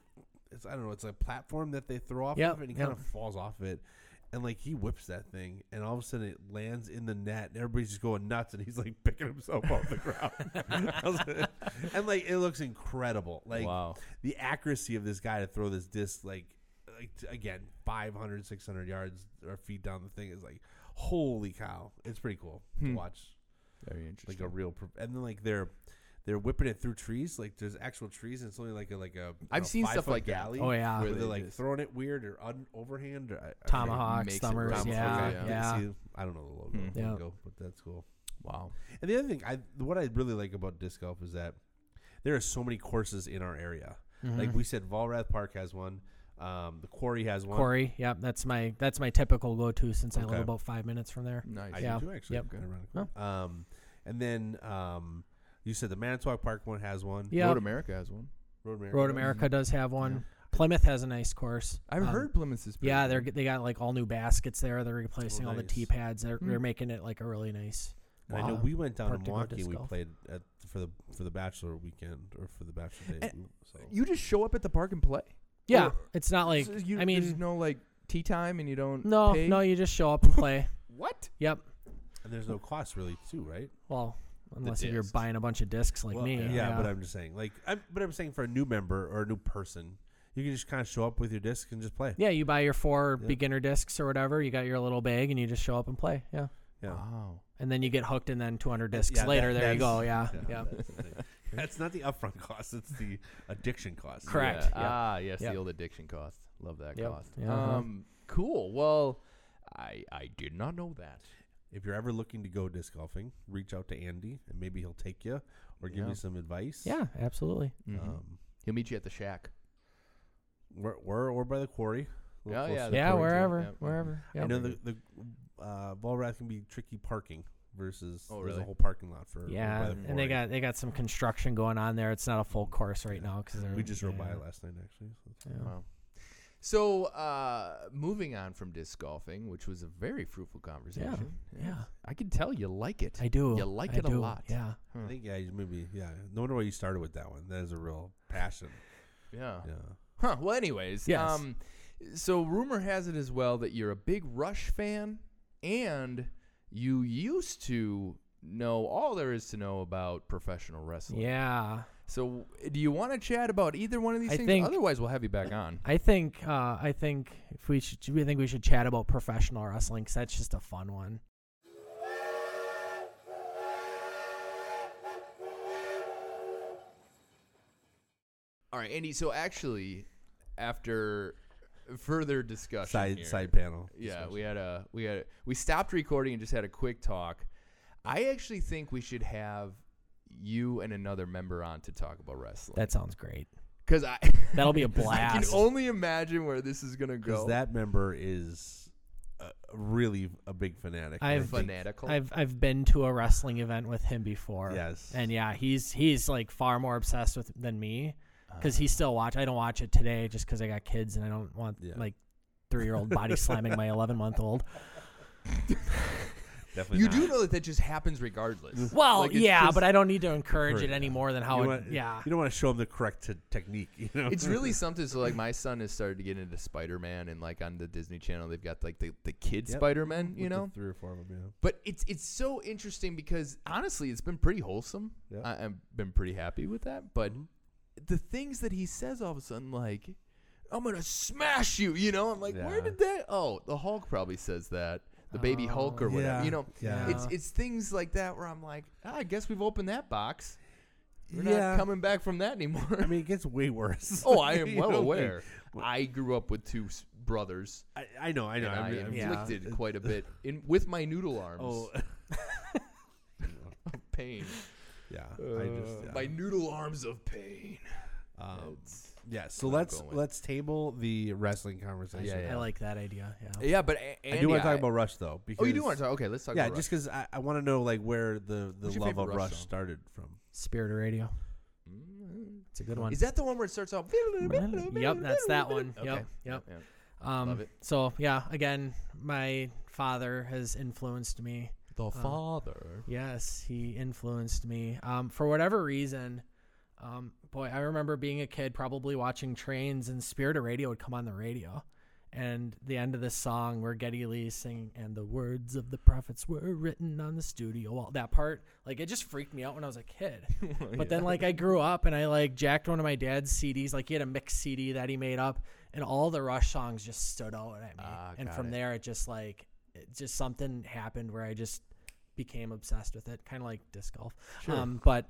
[SPEAKER 2] it's I don't know, it's a platform that they throw off
[SPEAKER 4] Yep,
[SPEAKER 2] of and he kind of
[SPEAKER 4] yep.
[SPEAKER 2] falls off it. And like he whips that thing, and all of a sudden it lands in the net, and everybody's just going nuts, and he's like picking himself off the ground. I was like- and like it looks incredible, like
[SPEAKER 3] wow.
[SPEAKER 2] the accuracy of this guy to throw this disc like like t- again 500 600 yards or feet down the thing is like holy cow it's pretty cool to
[SPEAKER 3] Hmm.
[SPEAKER 2] watch
[SPEAKER 3] Very interesting.
[SPEAKER 2] like a real pro- and then like they're they're whipping it through trees like there's actual trees and it's only like a like a I
[SPEAKER 3] I've
[SPEAKER 2] don't know,
[SPEAKER 3] seen
[SPEAKER 2] five
[SPEAKER 3] stuff
[SPEAKER 2] foot
[SPEAKER 3] like that.
[SPEAKER 2] galley
[SPEAKER 4] Oh yeah.
[SPEAKER 2] where
[SPEAKER 3] They
[SPEAKER 2] they're like
[SPEAKER 3] just-
[SPEAKER 2] throwing it weird or un- overhand or I- I forget.
[SPEAKER 4] Tomahawk
[SPEAKER 3] makes it
[SPEAKER 4] Summers.
[SPEAKER 3] round.
[SPEAKER 4] Yeah.
[SPEAKER 3] Okay,
[SPEAKER 4] Yeah.
[SPEAKER 2] See, I don't know the logo
[SPEAKER 3] Hmm.
[SPEAKER 2] of the
[SPEAKER 4] Yeah.
[SPEAKER 2] logo, but that's cool
[SPEAKER 3] wow.
[SPEAKER 2] and the other thing I what I really like about disc golf is that there are so many courses in our area like
[SPEAKER 4] Mhm.
[SPEAKER 2] we said, Volrath Park has one. Um, the quarry has one.
[SPEAKER 4] Corey. Yep. That's my that's my typical go to since I live
[SPEAKER 2] Okay.
[SPEAKER 4] about five minutes from there.
[SPEAKER 3] Nice.
[SPEAKER 2] I
[SPEAKER 4] Yeah.
[SPEAKER 2] do too, actually.
[SPEAKER 4] Yep.
[SPEAKER 2] ironically. Um, and then um, you said the Manitowoc Park one has one.
[SPEAKER 4] Yeah.
[SPEAKER 3] Road America has one.
[SPEAKER 2] Road America.
[SPEAKER 4] Road
[SPEAKER 2] does.
[SPEAKER 3] Mm-hmm.
[SPEAKER 4] America does have one.
[SPEAKER 3] Yeah.
[SPEAKER 4] Plymouth has a nice course.
[SPEAKER 3] I've
[SPEAKER 4] Um,
[SPEAKER 3] heard Plymouth is. pretty
[SPEAKER 4] Yeah,
[SPEAKER 3] good.
[SPEAKER 4] they're they got like all new baskets there. They're replacing all the
[SPEAKER 2] Oh, nice. Oh,
[SPEAKER 4] tee pads. They're
[SPEAKER 3] Hmm.
[SPEAKER 4] they're making it like a really nice.
[SPEAKER 2] And I know
[SPEAKER 4] Wow.
[SPEAKER 2] we went down to
[SPEAKER 4] Park to go
[SPEAKER 2] Milwaukee and
[SPEAKER 4] disc
[SPEAKER 2] we
[SPEAKER 4] golf.
[SPEAKER 2] played at, for the for the bachelor weekend or for the bachelor
[SPEAKER 4] Eh,
[SPEAKER 2] day. so.
[SPEAKER 3] You just show up at the park and play.
[SPEAKER 4] Yeah,
[SPEAKER 3] Or-
[SPEAKER 4] it's not like
[SPEAKER 3] So you,
[SPEAKER 4] I
[SPEAKER 3] there's
[SPEAKER 4] mean,
[SPEAKER 3] no like tea time, and you don't.
[SPEAKER 4] no,
[SPEAKER 3] pay?
[SPEAKER 4] no, you just show up and play.
[SPEAKER 3] What?
[SPEAKER 4] yep.
[SPEAKER 2] and there's no cost really too, right?
[SPEAKER 4] Well, unless if you're
[SPEAKER 2] discs.
[SPEAKER 4] buying a bunch of discs like
[SPEAKER 2] Well,
[SPEAKER 4] me.
[SPEAKER 2] yeah, But I'm just saying, like, I'm, but I'm saying for a new member or a new person, you can just kind of show up with your disc and just play.
[SPEAKER 4] yeah, you buy your four
[SPEAKER 2] Yeah.
[SPEAKER 4] beginner discs or whatever. You got your little bag, and you just show up and play. Yeah.
[SPEAKER 2] Yeah.
[SPEAKER 3] Wow.
[SPEAKER 4] And then you get hooked, and then 200 discs
[SPEAKER 2] Yeah,
[SPEAKER 4] later.
[SPEAKER 2] that-
[SPEAKER 4] there you
[SPEAKER 2] that's-
[SPEAKER 4] go. Yeah.
[SPEAKER 2] yeah,
[SPEAKER 4] Ah, Yeah.
[SPEAKER 2] That's, the thing. That's not the upfront cost; it's the addiction cost.
[SPEAKER 4] Correct.
[SPEAKER 3] Yeah.
[SPEAKER 4] Yep.
[SPEAKER 3] Ah, yes,
[SPEAKER 4] Yep.
[SPEAKER 3] the old addiction cost. Love that
[SPEAKER 4] Yep.
[SPEAKER 3] cost.
[SPEAKER 4] Yeah, uh-huh.
[SPEAKER 3] Um, cool. Well, I I did not know that.
[SPEAKER 2] If you're ever looking to go disc golfing, reach out to Andy and maybe he'll take you or give
[SPEAKER 3] Yeah.
[SPEAKER 2] you some advice.
[SPEAKER 4] Yeah. Absolutely.
[SPEAKER 3] Um,
[SPEAKER 2] Um,
[SPEAKER 3] He'll meet you at the shack.
[SPEAKER 2] where, where or by the quarry. a little
[SPEAKER 3] Oh,
[SPEAKER 2] closer
[SPEAKER 3] yeah,
[SPEAKER 2] to
[SPEAKER 3] the
[SPEAKER 2] the
[SPEAKER 4] yeah.
[SPEAKER 2] quarry, too.
[SPEAKER 4] Wherever.
[SPEAKER 3] yeah.
[SPEAKER 4] Wherever.
[SPEAKER 2] I
[SPEAKER 4] Yep.
[SPEAKER 2] know the the uh, Volrath can be tricky parking versus
[SPEAKER 3] Oh,
[SPEAKER 2] there's
[SPEAKER 3] really?
[SPEAKER 2] a whole parking lot for
[SPEAKER 4] Yeah,
[SPEAKER 2] by the
[SPEAKER 4] and
[SPEAKER 2] quarry.
[SPEAKER 4] they got they got some construction going on there. It's not a full course right
[SPEAKER 2] Yeah.
[SPEAKER 4] now because
[SPEAKER 2] we just rode
[SPEAKER 4] yeah.
[SPEAKER 2] by it last night actually. So it's-
[SPEAKER 4] Yeah.
[SPEAKER 3] Wow. So, uh, moving on from disc golfing, which was a very fruitful conversation.
[SPEAKER 4] yeah.
[SPEAKER 3] I can tell you like it.
[SPEAKER 4] I do.
[SPEAKER 3] You like
[SPEAKER 4] I
[SPEAKER 3] it a
[SPEAKER 4] do,
[SPEAKER 3] lot.
[SPEAKER 4] Yeah.
[SPEAKER 2] I think yeah, you maybe yeah. No wonder why you started with that one. That is a real passion.
[SPEAKER 3] yeah.
[SPEAKER 2] Yeah.
[SPEAKER 3] Huh. Well, anyways.
[SPEAKER 4] Yes.
[SPEAKER 3] Um, so, rumor has it as well that you're a big Rush fan, and you used to know all there is to know about professional wrestling.
[SPEAKER 4] Yeah.
[SPEAKER 3] So, do you want to chat about either one of these
[SPEAKER 4] I
[SPEAKER 3] things?
[SPEAKER 4] think-
[SPEAKER 3] Otherwise, we'll have you back on.
[SPEAKER 4] I think uh, I think if we should we think we should chat about professional wrestling because that's just a fun one.
[SPEAKER 3] All right, Andy. So, actually, after further discussion,
[SPEAKER 2] Side
[SPEAKER 3] here-
[SPEAKER 2] side panel.
[SPEAKER 3] Yeah, we had a we had a, we stopped recording and just had a quick talk. I actually think we should have you and another member on to talk about wrestling
[SPEAKER 4] That sounds great.
[SPEAKER 3] because I
[SPEAKER 4] That'll be a
[SPEAKER 3] I can
[SPEAKER 4] blast.
[SPEAKER 3] only imagine where this is gonna
[SPEAKER 2] because
[SPEAKER 3] go.
[SPEAKER 2] that member is uh, really a big fanatic. and I
[SPEAKER 4] I've-
[SPEAKER 2] think-
[SPEAKER 3] fanatical?
[SPEAKER 4] I've I've been to a wrestling event with him before.
[SPEAKER 2] Yes.
[SPEAKER 4] And yeah, he's he's like far more obsessed with than me
[SPEAKER 3] Uh.
[SPEAKER 4] because he still watch. I don't watch it today just because I got kids and I don't want
[SPEAKER 2] Yeah.
[SPEAKER 4] like three year old body slamming my eleven month old.
[SPEAKER 2] definitely
[SPEAKER 3] you
[SPEAKER 2] not.
[SPEAKER 3] do know that that just happens regardless.
[SPEAKER 4] Mm-hmm. Well,
[SPEAKER 3] Like, it's
[SPEAKER 4] yeah,
[SPEAKER 3] just-
[SPEAKER 4] but I don't need to encourage
[SPEAKER 2] Encourage
[SPEAKER 4] it any
[SPEAKER 2] it.
[SPEAKER 4] more than how
[SPEAKER 2] you
[SPEAKER 4] it.
[SPEAKER 2] want-
[SPEAKER 4] yeah.
[SPEAKER 2] You don't want to show them the correct t- technique. You know,
[SPEAKER 3] it's really something. So like, my son has started to get into Spider Man, and like on the Disney Channel, they've got like the the kid
[SPEAKER 2] Yep.
[SPEAKER 3] Spider Man, you
[SPEAKER 2] With the
[SPEAKER 3] know.
[SPEAKER 2] three or four of them. Yeah.
[SPEAKER 3] But it's it's so interesting because honestly, it's been pretty wholesome.
[SPEAKER 2] Yeah. Mm-hmm.
[SPEAKER 3] I, I've been pretty happy with that. But the things that he says all of a sudden, like, "I'm gonna smash you," you know, I'm like, where
[SPEAKER 2] Yeah.
[SPEAKER 3] did that? Oh, the Hulk probably says that. The baby Hulk or
[SPEAKER 4] Oh.
[SPEAKER 3] whatever,
[SPEAKER 2] Yeah,
[SPEAKER 3] you know.
[SPEAKER 2] yeah.
[SPEAKER 3] It's it's things like that where I'm like, ah, I guess we've opened that box. We're
[SPEAKER 2] Yeah.
[SPEAKER 3] not coming back from that anymore.
[SPEAKER 2] I mean, it gets way worse.
[SPEAKER 3] oh, I am
[SPEAKER 2] You
[SPEAKER 3] well
[SPEAKER 2] know, like,
[SPEAKER 3] aware. I grew up with two s- brothers,
[SPEAKER 2] I, I know. I know.
[SPEAKER 3] and I,
[SPEAKER 2] I'm- I'm-
[SPEAKER 4] Yeah.
[SPEAKER 3] inflicted quite a bit in with my noodle arms.
[SPEAKER 2] Oh,
[SPEAKER 3] pain.
[SPEAKER 2] Yeah, I just
[SPEAKER 3] Uh,
[SPEAKER 2] yeah.
[SPEAKER 3] My noodle arms of pain.
[SPEAKER 2] um,
[SPEAKER 3] It's-
[SPEAKER 2] yeah. So
[SPEAKER 3] what I'm
[SPEAKER 2] let's
[SPEAKER 3] going with.
[SPEAKER 2] let's table the wrestling conversation.
[SPEAKER 3] Yeah, yeah.
[SPEAKER 4] I like that idea. Yeah.
[SPEAKER 3] yeah, but a- Andy,
[SPEAKER 2] I do want to talk about Rush though. Because
[SPEAKER 3] Oh, you do want to talk? Okay, let's talk.
[SPEAKER 2] Yeah,
[SPEAKER 3] about
[SPEAKER 2] just because I, I want to know like where the the
[SPEAKER 3] What's your
[SPEAKER 2] love
[SPEAKER 3] favorite
[SPEAKER 2] of Rush,
[SPEAKER 3] Rush song?
[SPEAKER 2] started from.
[SPEAKER 4] Spirit of Radio.
[SPEAKER 3] Rush. Mm.
[SPEAKER 4] It's a good one.
[SPEAKER 3] Is that the one where it starts off?
[SPEAKER 4] Yep, that's that one.
[SPEAKER 3] Okay.
[SPEAKER 4] Yep, yep.
[SPEAKER 3] Yeah.
[SPEAKER 4] Um,
[SPEAKER 3] Love it.
[SPEAKER 4] So yeah, again, my father has influenced me.
[SPEAKER 3] The father.
[SPEAKER 4] Yes, he influenced me. Um, for whatever reason, um, boy, I remember being a kid, probably watching trains, and Spirit of Radio would come on the radio. And the end of this song where Getty Lee singing, and the words of the prophets were written on the studio wall. That part, like, it just freaked me out when I was a kid.
[SPEAKER 3] Oh,
[SPEAKER 4] but then, like, I grew up and I, like, jacked one of my dad's CDs. Like, he had a mix CD that he made up, and all the Rush songs just stood out at me.
[SPEAKER 3] Ah,
[SPEAKER 4] and
[SPEAKER 3] got
[SPEAKER 4] from
[SPEAKER 3] it.
[SPEAKER 4] there, it just, like, it just something happened where I just became obsessed with it, kind of like disc golf. Um, but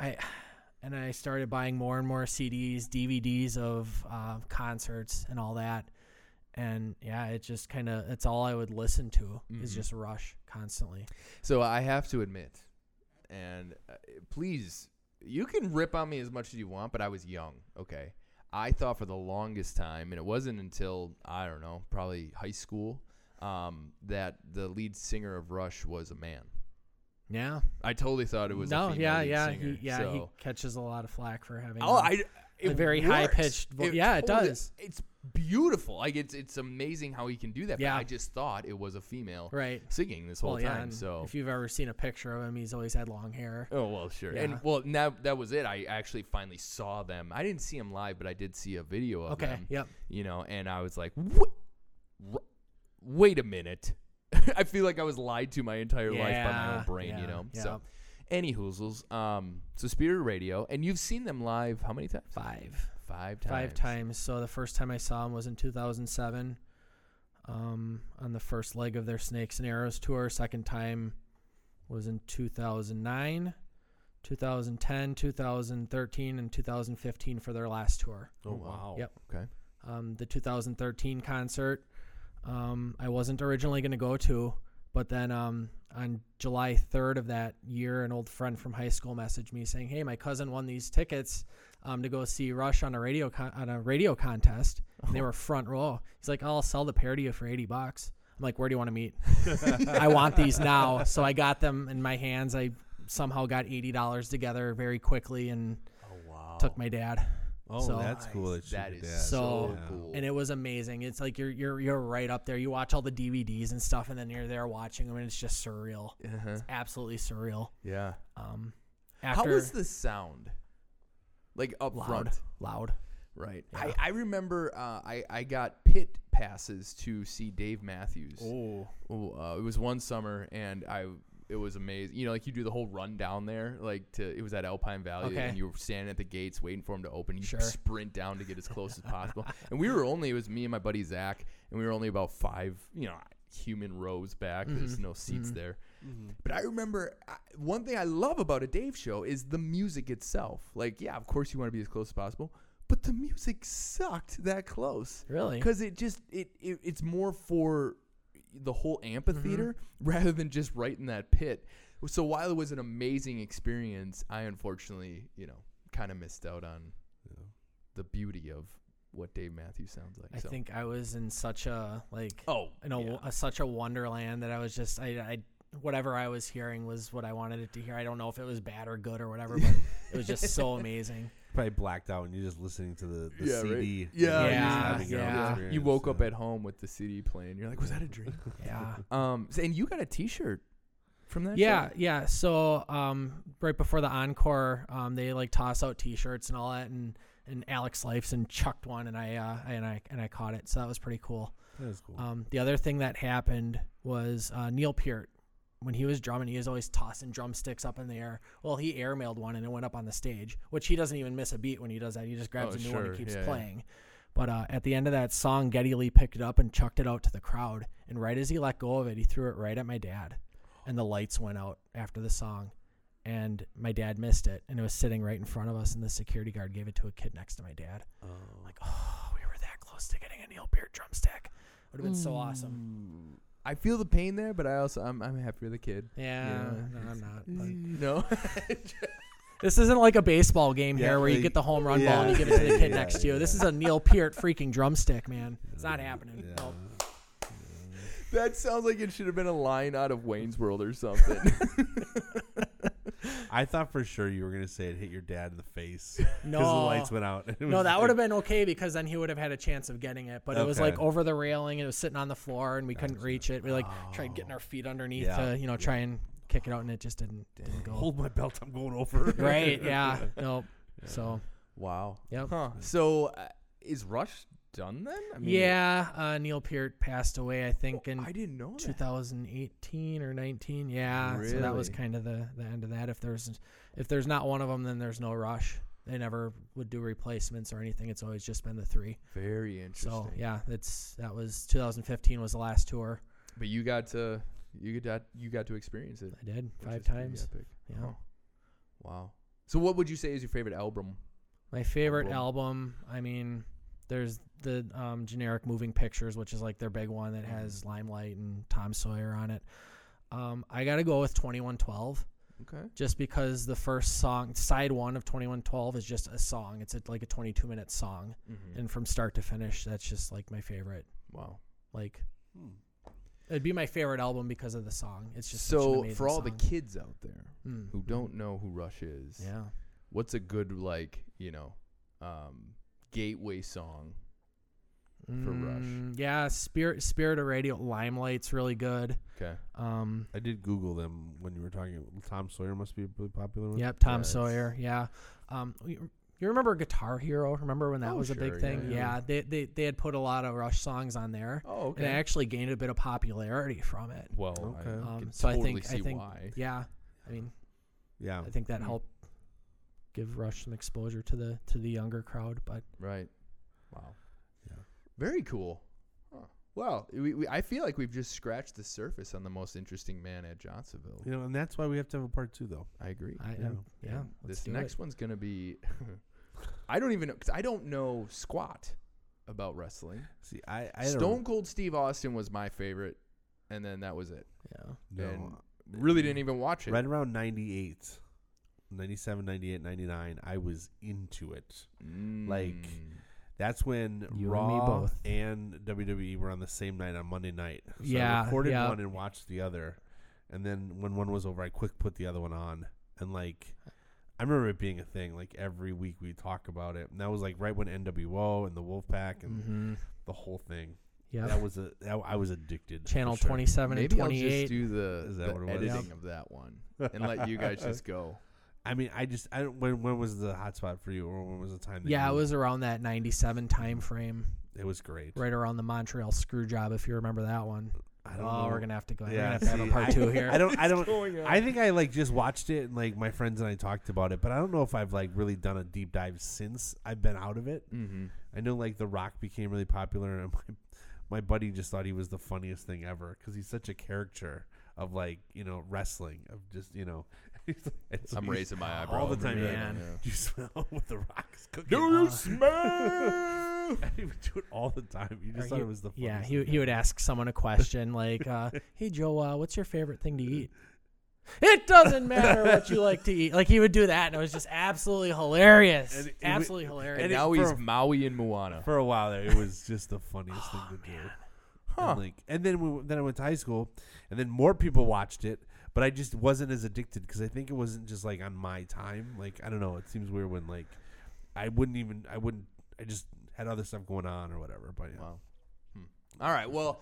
[SPEAKER 4] I and I started buying more and more CDs, DVDs of uh, concerts and all that. And yeah, it just kind of it's all I would listen to is
[SPEAKER 3] Mhm.
[SPEAKER 4] just Rush constantly.
[SPEAKER 3] So I have to admit, and uh, please, you can rip on me as much as you want, but I was young, okay? I thought for the longest time, and it wasn't until, I don't know, probably high school, um, that the lead singer of Rush was a man.
[SPEAKER 4] Yeah.
[SPEAKER 3] I totally thought it was a
[SPEAKER 4] no,
[SPEAKER 3] female
[SPEAKER 4] yeah,
[SPEAKER 3] lead
[SPEAKER 4] yeah,
[SPEAKER 3] singer,
[SPEAKER 4] he, yeah.
[SPEAKER 3] so.
[SPEAKER 4] He catches a lot of flack for having.
[SPEAKER 3] Oh,
[SPEAKER 4] uh,
[SPEAKER 3] I
[SPEAKER 4] a very
[SPEAKER 3] works.
[SPEAKER 4] high-pitched vo- yeah, it
[SPEAKER 3] totally-
[SPEAKER 4] does.
[SPEAKER 3] It's beautiful. Like it's it's amazing how he can do that. but
[SPEAKER 4] Yeah.
[SPEAKER 3] I just thought it was a female
[SPEAKER 4] right.
[SPEAKER 3] singing this whole
[SPEAKER 4] well, yeah.
[SPEAKER 3] time.
[SPEAKER 4] and
[SPEAKER 3] so
[SPEAKER 4] if you've ever seen a picture of him, he's always had long hair.
[SPEAKER 3] Oh well, sure.
[SPEAKER 4] Yeah.
[SPEAKER 3] And well, now that was it. I actually finally saw them. I didn't see them live, but I did see a video of
[SPEAKER 4] Okay.
[SPEAKER 3] them.
[SPEAKER 4] Yep.
[SPEAKER 3] You know, and I was like, what? Wait a minute. I feel like I was lied to my entire life by my
[SPEAKER 4] Yeah,
[SPEAKER 3] own brain.
[SPEAKER 4] yeah,
[SPEAKER 3] You know.
[SPEAKER 4] yeah.
[SPEAKER 3] So, any hoozles. Um. So Spirit Radio, and you've seen them live how many times?
[SPEAKER 4] Five.
[SPEAKER 3] Five times.
[SPEAKER 4] five times. So the first time I saw him was in 2007, um, on the first leg of their Snakes and Arrows tour. Second time was in 2009, 2010, 2013, and 2015 for their last tour.
[SPEAKER 2] Oh wow.
[SPEAKER 4] Yep.
[SPEAKER 3] Okay.
[SPEAKER 4] Um, the 2013 concert, um, I wasn't originally going to go to, but then um, on July 3rd of that year, an old friend from high school messaged me saying, "Hey, my cousin won these tickets um, to go see Rush on a radio con- on a radio contest. And they were front row. He's like, I'll sell the pair to you for 80 bucks. I'm like, where do you want to meet? I want these now. So I got them in my hands. I somehow got $80 together very quickly and
[SPEAKER 3] Oh wow.
[SPEAKER 4] took my dad.
[SPEAKER 2] Oh,
[SPEAKER 4] So-
[SPEAKER 2] that's cool. That, she
[SPEAKER 3] That
[SPEAKER 2] did
[SPEAKER 3] is
[SPEAKER 2] that.
[SPEAKER 3] so
[SPEAKER 4] So-
[SPEAKER 3] cool.
[SPEAKER 4] and it was amazing. It's like you're you're you're right up there. You watch all the DVDs and stuff, and then you're there watching them, and it's just surreal,
[SPEAKER 3] uh-huh.
[SPEAKER 4] absolutely surreal.
[SPEAKER 3] yeah.
[SPEAKER 4] Um, after
[SPEAKER 3] How was the sound? Like up
[SPEAKER 4] loud,
[SPEAKER 3] front.
[SPEAKER 4] loud.
[SPEAKER 3] Right.
[SPEAKER 4] Yeah.
[SPEAKER 3] I, I remember uh, I, I got pit passes to see Dave Matthews.
[SPEAKER 4] Oh,
[SPEAKER 3] Oh, uh, it was one summer, and I it was amazing. You know, like you do the whole run down there, like to it was at Alpine Valley,
[SPEAKER 4] Okay.
[SPEAKER 3] and you were standing at the gates waiting for him to open. You
[SPEAKER 4] Sure.
[SPEAKER 3] sprint down to get as close as possible. And we were only it was me and my buddy Zach, and we were only about five, you know, human rows back.
[SPEAKER 4] Mm-hmm.
[SPEAKER 3] There's no seats there. But I remember I, one thing I love about a Dave show is the music itself. Like, yeah, of course you want to be as close as possible. But the music sucked that close
[SPEAKER 4] really?
[SPEAKER 3] because it just it, it it's more for the whole amphitheater
[SPEAKER 4] Mm-hmm.
[SPEAKER 3] rather than just right in that pit so while it was an amazing experience i unfortunately you know kind of missed out on the beauty of what dave matthews sounds like
[SPEAKER 4] I
[SPEAKER 3] so.
[SPEAKER 4] think uh, I was in such a like
[SPEAKER 3] oh
[SPEAKER 4] in a,
[SPEAKER 3] yeah.
[SPEAKER 4] a- such a wonderland that I was just I, I whatever I was hearing was what I wanted it to hear. I don't know if it was bad or good or whatever, but it was just so amazing.
[SPEAKER 2] Probably blacked out and you're just listening to the, the
[SPEAKER 3] Yeah, right.
[SPEAKER 2] CD. You're
[SPEAKER 3] Yeah,
[SPEAKER 2] just
[SPEAKER 4] yeah,
[SPEAKER 2] having your own
[SPEAKER 4] yeah.
[SPEAKER 2] experience,
[SPEAKER 3] you woke up
[SPEAKER 2] yeah.
[SPEAKER 3] at home with the cd playing you're like was that a dream
[SPEAKER 4] Yeah.
[SPEAKER 3] um so- and you got a t-shirt from that
[SPEAKER 4] yeah
[SPEAKER 3] show?
[SPEAKER 4] yeah so um right before the encore um they like toss out t-shirts and all that and and alex lifeson chucked one and i uh and i and i caught it so that was pretty cool
[SPEAKER 2] That is cool.
[SPEAKER 4] um the other thing that happened was uh neil peart when he was drumming he was always tossing drumsticks up in the air well he airmailed one and it went up on the stage which he doesn't even miss a beat when he does that he just grabs
[SPEAKER 3] Oh,
[SPEAKER 4] a new one
[SPEAKER 3] sure.
[SPEAKER 4] and keeps
[SPEAKER 3] Yeah, yeah.
[SPEAKER 4] playing but uh, at the end of that song, Getty Lee picked it up and chucked it out to the crowd. And right as he let go of it, he threw it right at my dad. And the lights went out after the song. And my dad missed it. And it was sitting right in front of us. And the security guard gave it to a kid next to my dad.
[SPEAKER 2] oh.
[SPEAKER 4] Like, oh, we were that close to getting a Neil Peart drumstick. Would have been so awesome.
[SPEAKER 3] I feel the pain there, but I also I'm I'm happy for the kid.
[SPEAKER 4] Yeah,
[SPEAKER 3] Yeah.
[SPEAKER 4] no, I'm not. but-
[SPEAKER 3] No,
[SPEAKER 4] This isn't like a baseball game
[SPEAKER 2] Yeah,
[SPEAKER 4] here where you
[SPEAKER 2] like-
[SPEAKER 4] get the home run
[SPEAKER 2] yeah,
[SPEAKER 4] ball and you give it to
[SPEAKER 2] yeah,
[SPEAKER 4] the kid
[SPEAKER 2] yeah,
[SPEAKER 4] next to you.
[SPEAKER 2] yeah.
[SPEAKER 4] This is a Neil Peart freaking drumstick, man. It's not happening.
[SPEAKER 2] Yeah.
[SPEAKER 4] Nope.
[SPEAKER 3] that sounds like it should have been a line out of Wayne's World or something.
[SPEAKER 2] I thought for sure you were gonna say it hit your dad in the face
[SPEAKER 4] No.
[SPEAKER 2] the lights went out. It
[SPEAKER 4] No,
[SPEAKER 2] was
[SPEAKER 4] that would have
[SPEAKER 2] like-
[SPEAKER 4] been okay because then he would have had a chance of getting it. But it was
[SPEAKER 2] Okay.
[SPEAKER 4] like over the railing. It was sitting on the floor, and we couldn't reach it. We like tried getting our feet underneath
[SPEAKER 2] Yeah.
[SPEAKER 4] to you know try and kick it out, and it just didn't, didn't go.
[SPEAKER 2] Hold my belt. I'm going over.
[SPEAKER 4] Right? Yeah. Nope. So
[SPEAKER 3] wow.
[SPEAKER 4] Yep.
[SPEAKER 3] Huh. So uh, is Rush done then? I
[SPEAKER 4] yeah, uh, Neil Peart passed away, I
[SPEAKER 3] oh,
[SPEAKER 4] think, in
[SPEAKER 3] I didn't know that.
[SPEAKER 4] 2018 or 19. Yeah, so that was
[SPEAKER 3] Really?
[SPEAKER 4] kind of the the end of that. If there's if there's not one of them, then there's no rush. They never would do replacements or anything. It's always just been the three.
[SPEAKER 3] Very interesting.
[SPEAKER 4] So yeah, it's that was 2015 was the last tour
[SPEAKER 3] But you got to you got you got to experience it
[SPEAKER 4] I did
[SPEAKER 3] which
[SPEAKER 4] five
[SPEAKER 3] is pretty
[SPEAKER 4] times.
[SPEAKER 3] Epic.
[SPEAKER 4] Yeah.
[SPEAKER 3] Oh. Wow. So what would you say is your favorite album?
[SPEAKER 4] My favorite
[SPEAKER 3] Album.
[SPEAKER 4] album. I mean, there's the um, generic Moving Pictures, which is like their big one that has Limelight and Tom Sawyer on it. Um, I gotta go with 2112.
[SPEAKER 3] Okay.
[SPEAKER 4] just because the first song side one of 2112 is just a song it's a, like a 22 minute song
[SPEAKER 3] Mm-hmm.
[SPEAKER 4] and from start to finish that's just like my favorite
[SPEAKER 3] Wow.
[SPEAKER 4] like
[SPEAKER 2] Hmm.
[SPEAKER 4] it'd be my favorite album because of the song it's just such an
[SPEAKER 3] so
[SPEAKER 4] amazing
[SPEAKER 3] for all the
[SPEAKER 4] song.
[SPEAKER 3] kids out there
[SPEAKER 4] Mm.
[SPEAKER 3] who don't know who Rush is,
[SPEAKER 4] yeah
[SPEAKER 3] what's a good like you know um, gateway song? for Rush.
[SPEAKER 4] Mm, yeah spirit spirit of radio limelight's really good
[SPEAKER 3] Okay.
[SPEAKER 4] um
[SPEAKER 2] I did Google them when you were talking. Tom Sawyer must be a really popular one.
[SPEAKER 4] yep tom
[SPEAKER 3] it's-
[SPEAKER 4] sawyer yeah um you, you remember guitar hero remember when that
[SPEAKER 3] Oh,
[SPEAKER 4] was a
[SPEAKER 3] sure,
[SPEAKER 4] big
[SPEAKER 3] yeah,
[SPEAKER 4] thing
[SPEAKER 3] yeah.
[SPEAKER 4] yeah they, they they had put a lot of rush songs on there
[SPEAKER 3] Oh, okay.
[SPEAKER 4] and I actually gained a bit of popularity from it
[SPEAKER 3] well,
[SPEAKER 2] Okay.
[SPEAKER 3] I
[SPEAKER 4] Um,
[SPEAKER 3] can
[SPEAKER 4] so I
[SPEAKER 3] totally
[SPEAKER 4] think- I
[SPEAKER 3] see
[SPEAKER 4] think-
[SPEAKER 3] why.
[SPEAKER 4] Yeah, I mean,
[SPEAKER 2] Yeah.
[SPEAKER 4] I think that
[SPEAKER 3] Mm.
[SPEAKER 4] helped give Rush some exposure to the to the younger crowd. But
[SPEAKER 3] Right. Wow.
[SPEAKER 2] Yeah.
[SPEAKER 3] Very cool. Huh. Well, we, we, I feel like we've just scratched the surface on the most interesting man at Johnsonville.
[SPEAKER 2] You know, and that's why we have to have a part two, though.
[SPEAKER 3] I agree.
[SPEAKER 4] I
[SPEAKER 2] Yeah.
[SPEAKER 4] yeah, yeah
[SPEAKER 3] And
[SPEAKER 4] let's
[SPEAKER 3] this
[SPEAKER 4] do
[SPEAKER 3] next
[SPEAKER 4] it.
[SPEAKER 3] one's gonna be. I don't even know because I don't know squat about wrestling.
[SPEAKER 2] See, I, I had a-
[SPEAKER 3] Stone Cold Steve Austin was my favorite, and then that was it.
[SPEAKER 4] Yeah,
[SPEAKER 2] no,
[SPEAKER 3] and Really didn't even watch it.
[SPEAKER 2] right around 98, 97, 98, 99, I was into it. like,
[SPEAKER 3] Mm.
[SPEAKER 2] That's when
[SPEAKER 4] You and me
[SPEAKER 2] Raw
[SPEAKER 4] both.
[SPEAKER 2] and, WWE were on the same night on Monday night. So I
[SPEAKER 4] Yeah,
[SPEAKER 2] recorded
[SPEAKER 4] yeah.
[SPEAKER 2] one and watched the other. And then when one was over, I quick put the other one on. And like, I remember it being a thing. Like every week we talk about it. And that was like right when NWO and the Wolfpack and
[SPEAKER 4] mm-hmm.
[SPEAKER 2] the whole thing.
[SPEAKER 4] yeah.
[SPEAKER 2] That was a that, I was addicted. for
[SPEAKER 4] Channel
[SPEAKER 2] sure.
[SPEAKER 4] twenty seven and
[SPEAKER 3] maybe I'll
[SPEAKER 4] twenty
[SPEAKER 3] just
[SPEAKER 4] eight.
[SPEAKER 3] do the,
[SPEAKER 2] Is that
[SPEAKER 3] the
[SPEAKER 2] what it was?
[SPEAKER 3] editing
[SPEAKER 4] Yep.
[SPEAKER 3] of that one and let you guys just go.
[SPEAKER 2] I mean, I just I don't. When when was the hot spot for you, or when was the time? That
[SPEAKER 4] Yeah, it
[SPEAKER 2] you-
[SPEAKER 4] was around that ninety seven time frame,
[SPEAKER 2] It was great.
[SPEAKER 4] right around the Montreal screw job. If you remember that one.
[SPEAKER 2] I
[SPEAKER 4] Oh,
[SPEAKER 2] don't know.
[SPEAKER 4] we're gonna have to go. we're
[SPEAKER 2] Yeah,
[SPEAKER 4] gonna have to have
[SPEAKER 2] see,
[SPEAKER 4] a part
[SPEAKER 2] I-
[SPEAKER 4] two here.
[SPEAKER 2] I don't. I don't.
[SPEAKER 3] Going
[SPEAKER 2] I think I like just watched it and like my friends and I talked about it, but I don't know if I've like really done a deep dive since I've been out of it.
[SPEAKER 3] Mm-hmm.
[SPEAKER 2] I know like The Rock became really popular, and my my buddy just thought he was the funniest thing ever because he's such a caricature of like you know wrestling of just you know. It's
[SPEAKER 3] I'm
[SPEAKER 2] like-
[SPEAKER 3] raising my eyebrow.
[SPEAKER 2] all the
[SPEAKER 3] over
[SPEAKER 2] time,
[SPEAKER 3] that
[SPEAKER 4] man.
[SPEAKER 3] one, yeah.
[SPEAKER 2] Do you smell what The Rock is cooking?
[SPEAKER 3] Do you smell?
[SPEAKER 2] And he would do it all the time. You just
[SPEAKER 4] Or
[SPEAKER 2] thought
[SPEAKER 4] he-
[SPEAKER 2] it was the
[SPEAKER 4] yeah,
[SPEAKER 2] funniest
[SPEAKER 4] he
[SPEAKER 2] thing
[SPEAKER 4] he would
[SPEAKER 2] ever.
[SPEAKER 4] ask someone a question like, uh, "Hey Joe, uh, what's your favorite thing to eat?" It doesn't matter what you like to eat. Like he would do that, and it was just absolutely hilarious,
[SPEAKER 2] And it- it would-
[SPEAKER 4] absolutely hilarious.
[SPEAKER 3] and
[SPEAKER 2] it-
[SPEAKER 3] now
[SPEAKER 2] for
[SPEAKER 3] he's
[SPEAKER 2] a-
[SPEAKER 3] Maui and Moana.
[SPEAKER 2] for a while there. It was just the funniest thing to do.
[SPEAKER 3] Oh, Huh.
[SPEAKER 2] And, like, and then we, then I went to high school, and then more people watched it, but I just wasn't as addicted because I think it wasn't just like on my time. Like I don't know. It seems weird when like I wouldn't even I wouldn't I just had other stuff going on or whatever. But yeah.
[SPEAKER 3] Wow. Hmm. All right. Well,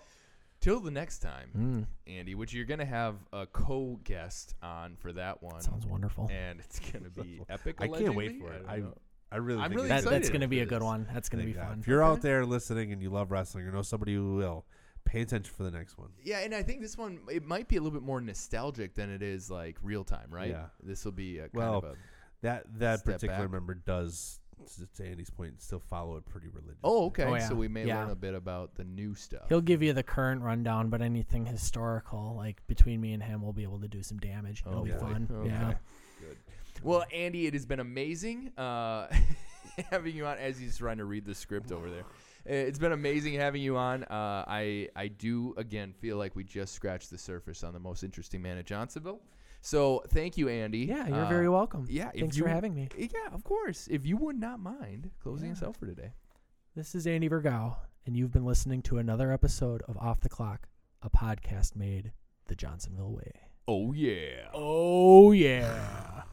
[SPEAKER 3] till the next time,
[SPEAKER 2] Hmm.
[SPEAKER 4] Mm,
[SPEAKER 3] Andy, which you're gonna have a co-guest on for that one,
[SPEAKER 4] sounds wonderful.
[SPEAKER 3] and it's gonna be epic.
[SPEAKER 2] I can't wait
[SPEAKER 3] allegedly?
[SPEAKER 2] for it.
[SPEAKER 3] don't
[SPEAKER 2] I
[SPEAKER 3] know.
[SPEAKER 2] I really
[SPEAKER 3] I'm
[SPEAKER 2] think
[SPEAKER 3] really
[SPEAKER 2] it's-
[SPEAKER 4] That, that's
[SPEAKER 3] excited
[SPEAKER 4] gonna
[SPEAKER 3] for
[SPEAKER 4] be a good
[SPEAKER 3] this.
[SPEAKER 4] one. That's gonna
[SPEAKER 2] Thank
[SPEAKER 4] be
[SPEAKER 2] God.
[SPEAKER 4] fun.
[SPEAKER 2] If you're out there listening and you love wrestling or know somebody who will, pay attention for the next one.
[SPEAKER 3] Yeah, and I think this one it might be a little bit more nostalgic than it is like real time, right?
[SPEAKER 2] Yeah.
[SPEAKER 3] This will be a kind
[SPEAKER 2] Well,
[SPEAKER 3] of a.
[SPEAKER 2] That that
[SPEAKER 3] Step
[SPEAKER 2] particular
[SPEAKER 3] back.
[SPEAKER 2] member does, to- to Andy's point, still follow it pretty religiously.
[SPEAKER 3] Oh, okay.
[SPEAKER 4] Oh, yeah.
[SPEAKER 3] So we may
[SPEAKER 4] Yeah.
[SPEAKER 3] learn a bit about the new stuff.
[SPEAKER 4] He'll give you the current rundown, but anything historical, like between me and him, we'll be able to do some damage. It'll be
[SPEAKER 3] boy.
[SPEAKER 4] fun.
[SPEAKER 3] Okay.
[SPEAKER 4] Yeah.
[SPEAKER 3] Good. Well, Andy, it has been amazing. Uh, having you on as he's trying to read the script over there. Uh, It's been amazing having you on. Uh, I I do again feel like we just scratched the surface on the most interesting man at Johnsonville. So thank you, Andy.
[SPEAKER 4] Yeah, you're
[SPEAKER 3] Uh,
[SPEAKER 4] very welcome.
[SPEAKER 3] Yeah, if
[SPEAKER 4] Thanks
[SPEAKER 3] you-
[SPEAKER 4] for having me.
[SPEAKER 3] Yeah, of course. If you would not mind closing us out for today.
[SPEAKER 4] This is Andy Vergao, and you've been listening to another episode of Off the Clock, a podcast made the Johnsonville way.
[SPEAKER 3] Oh yeah.
[SPEAKER 4] Oh, yeah.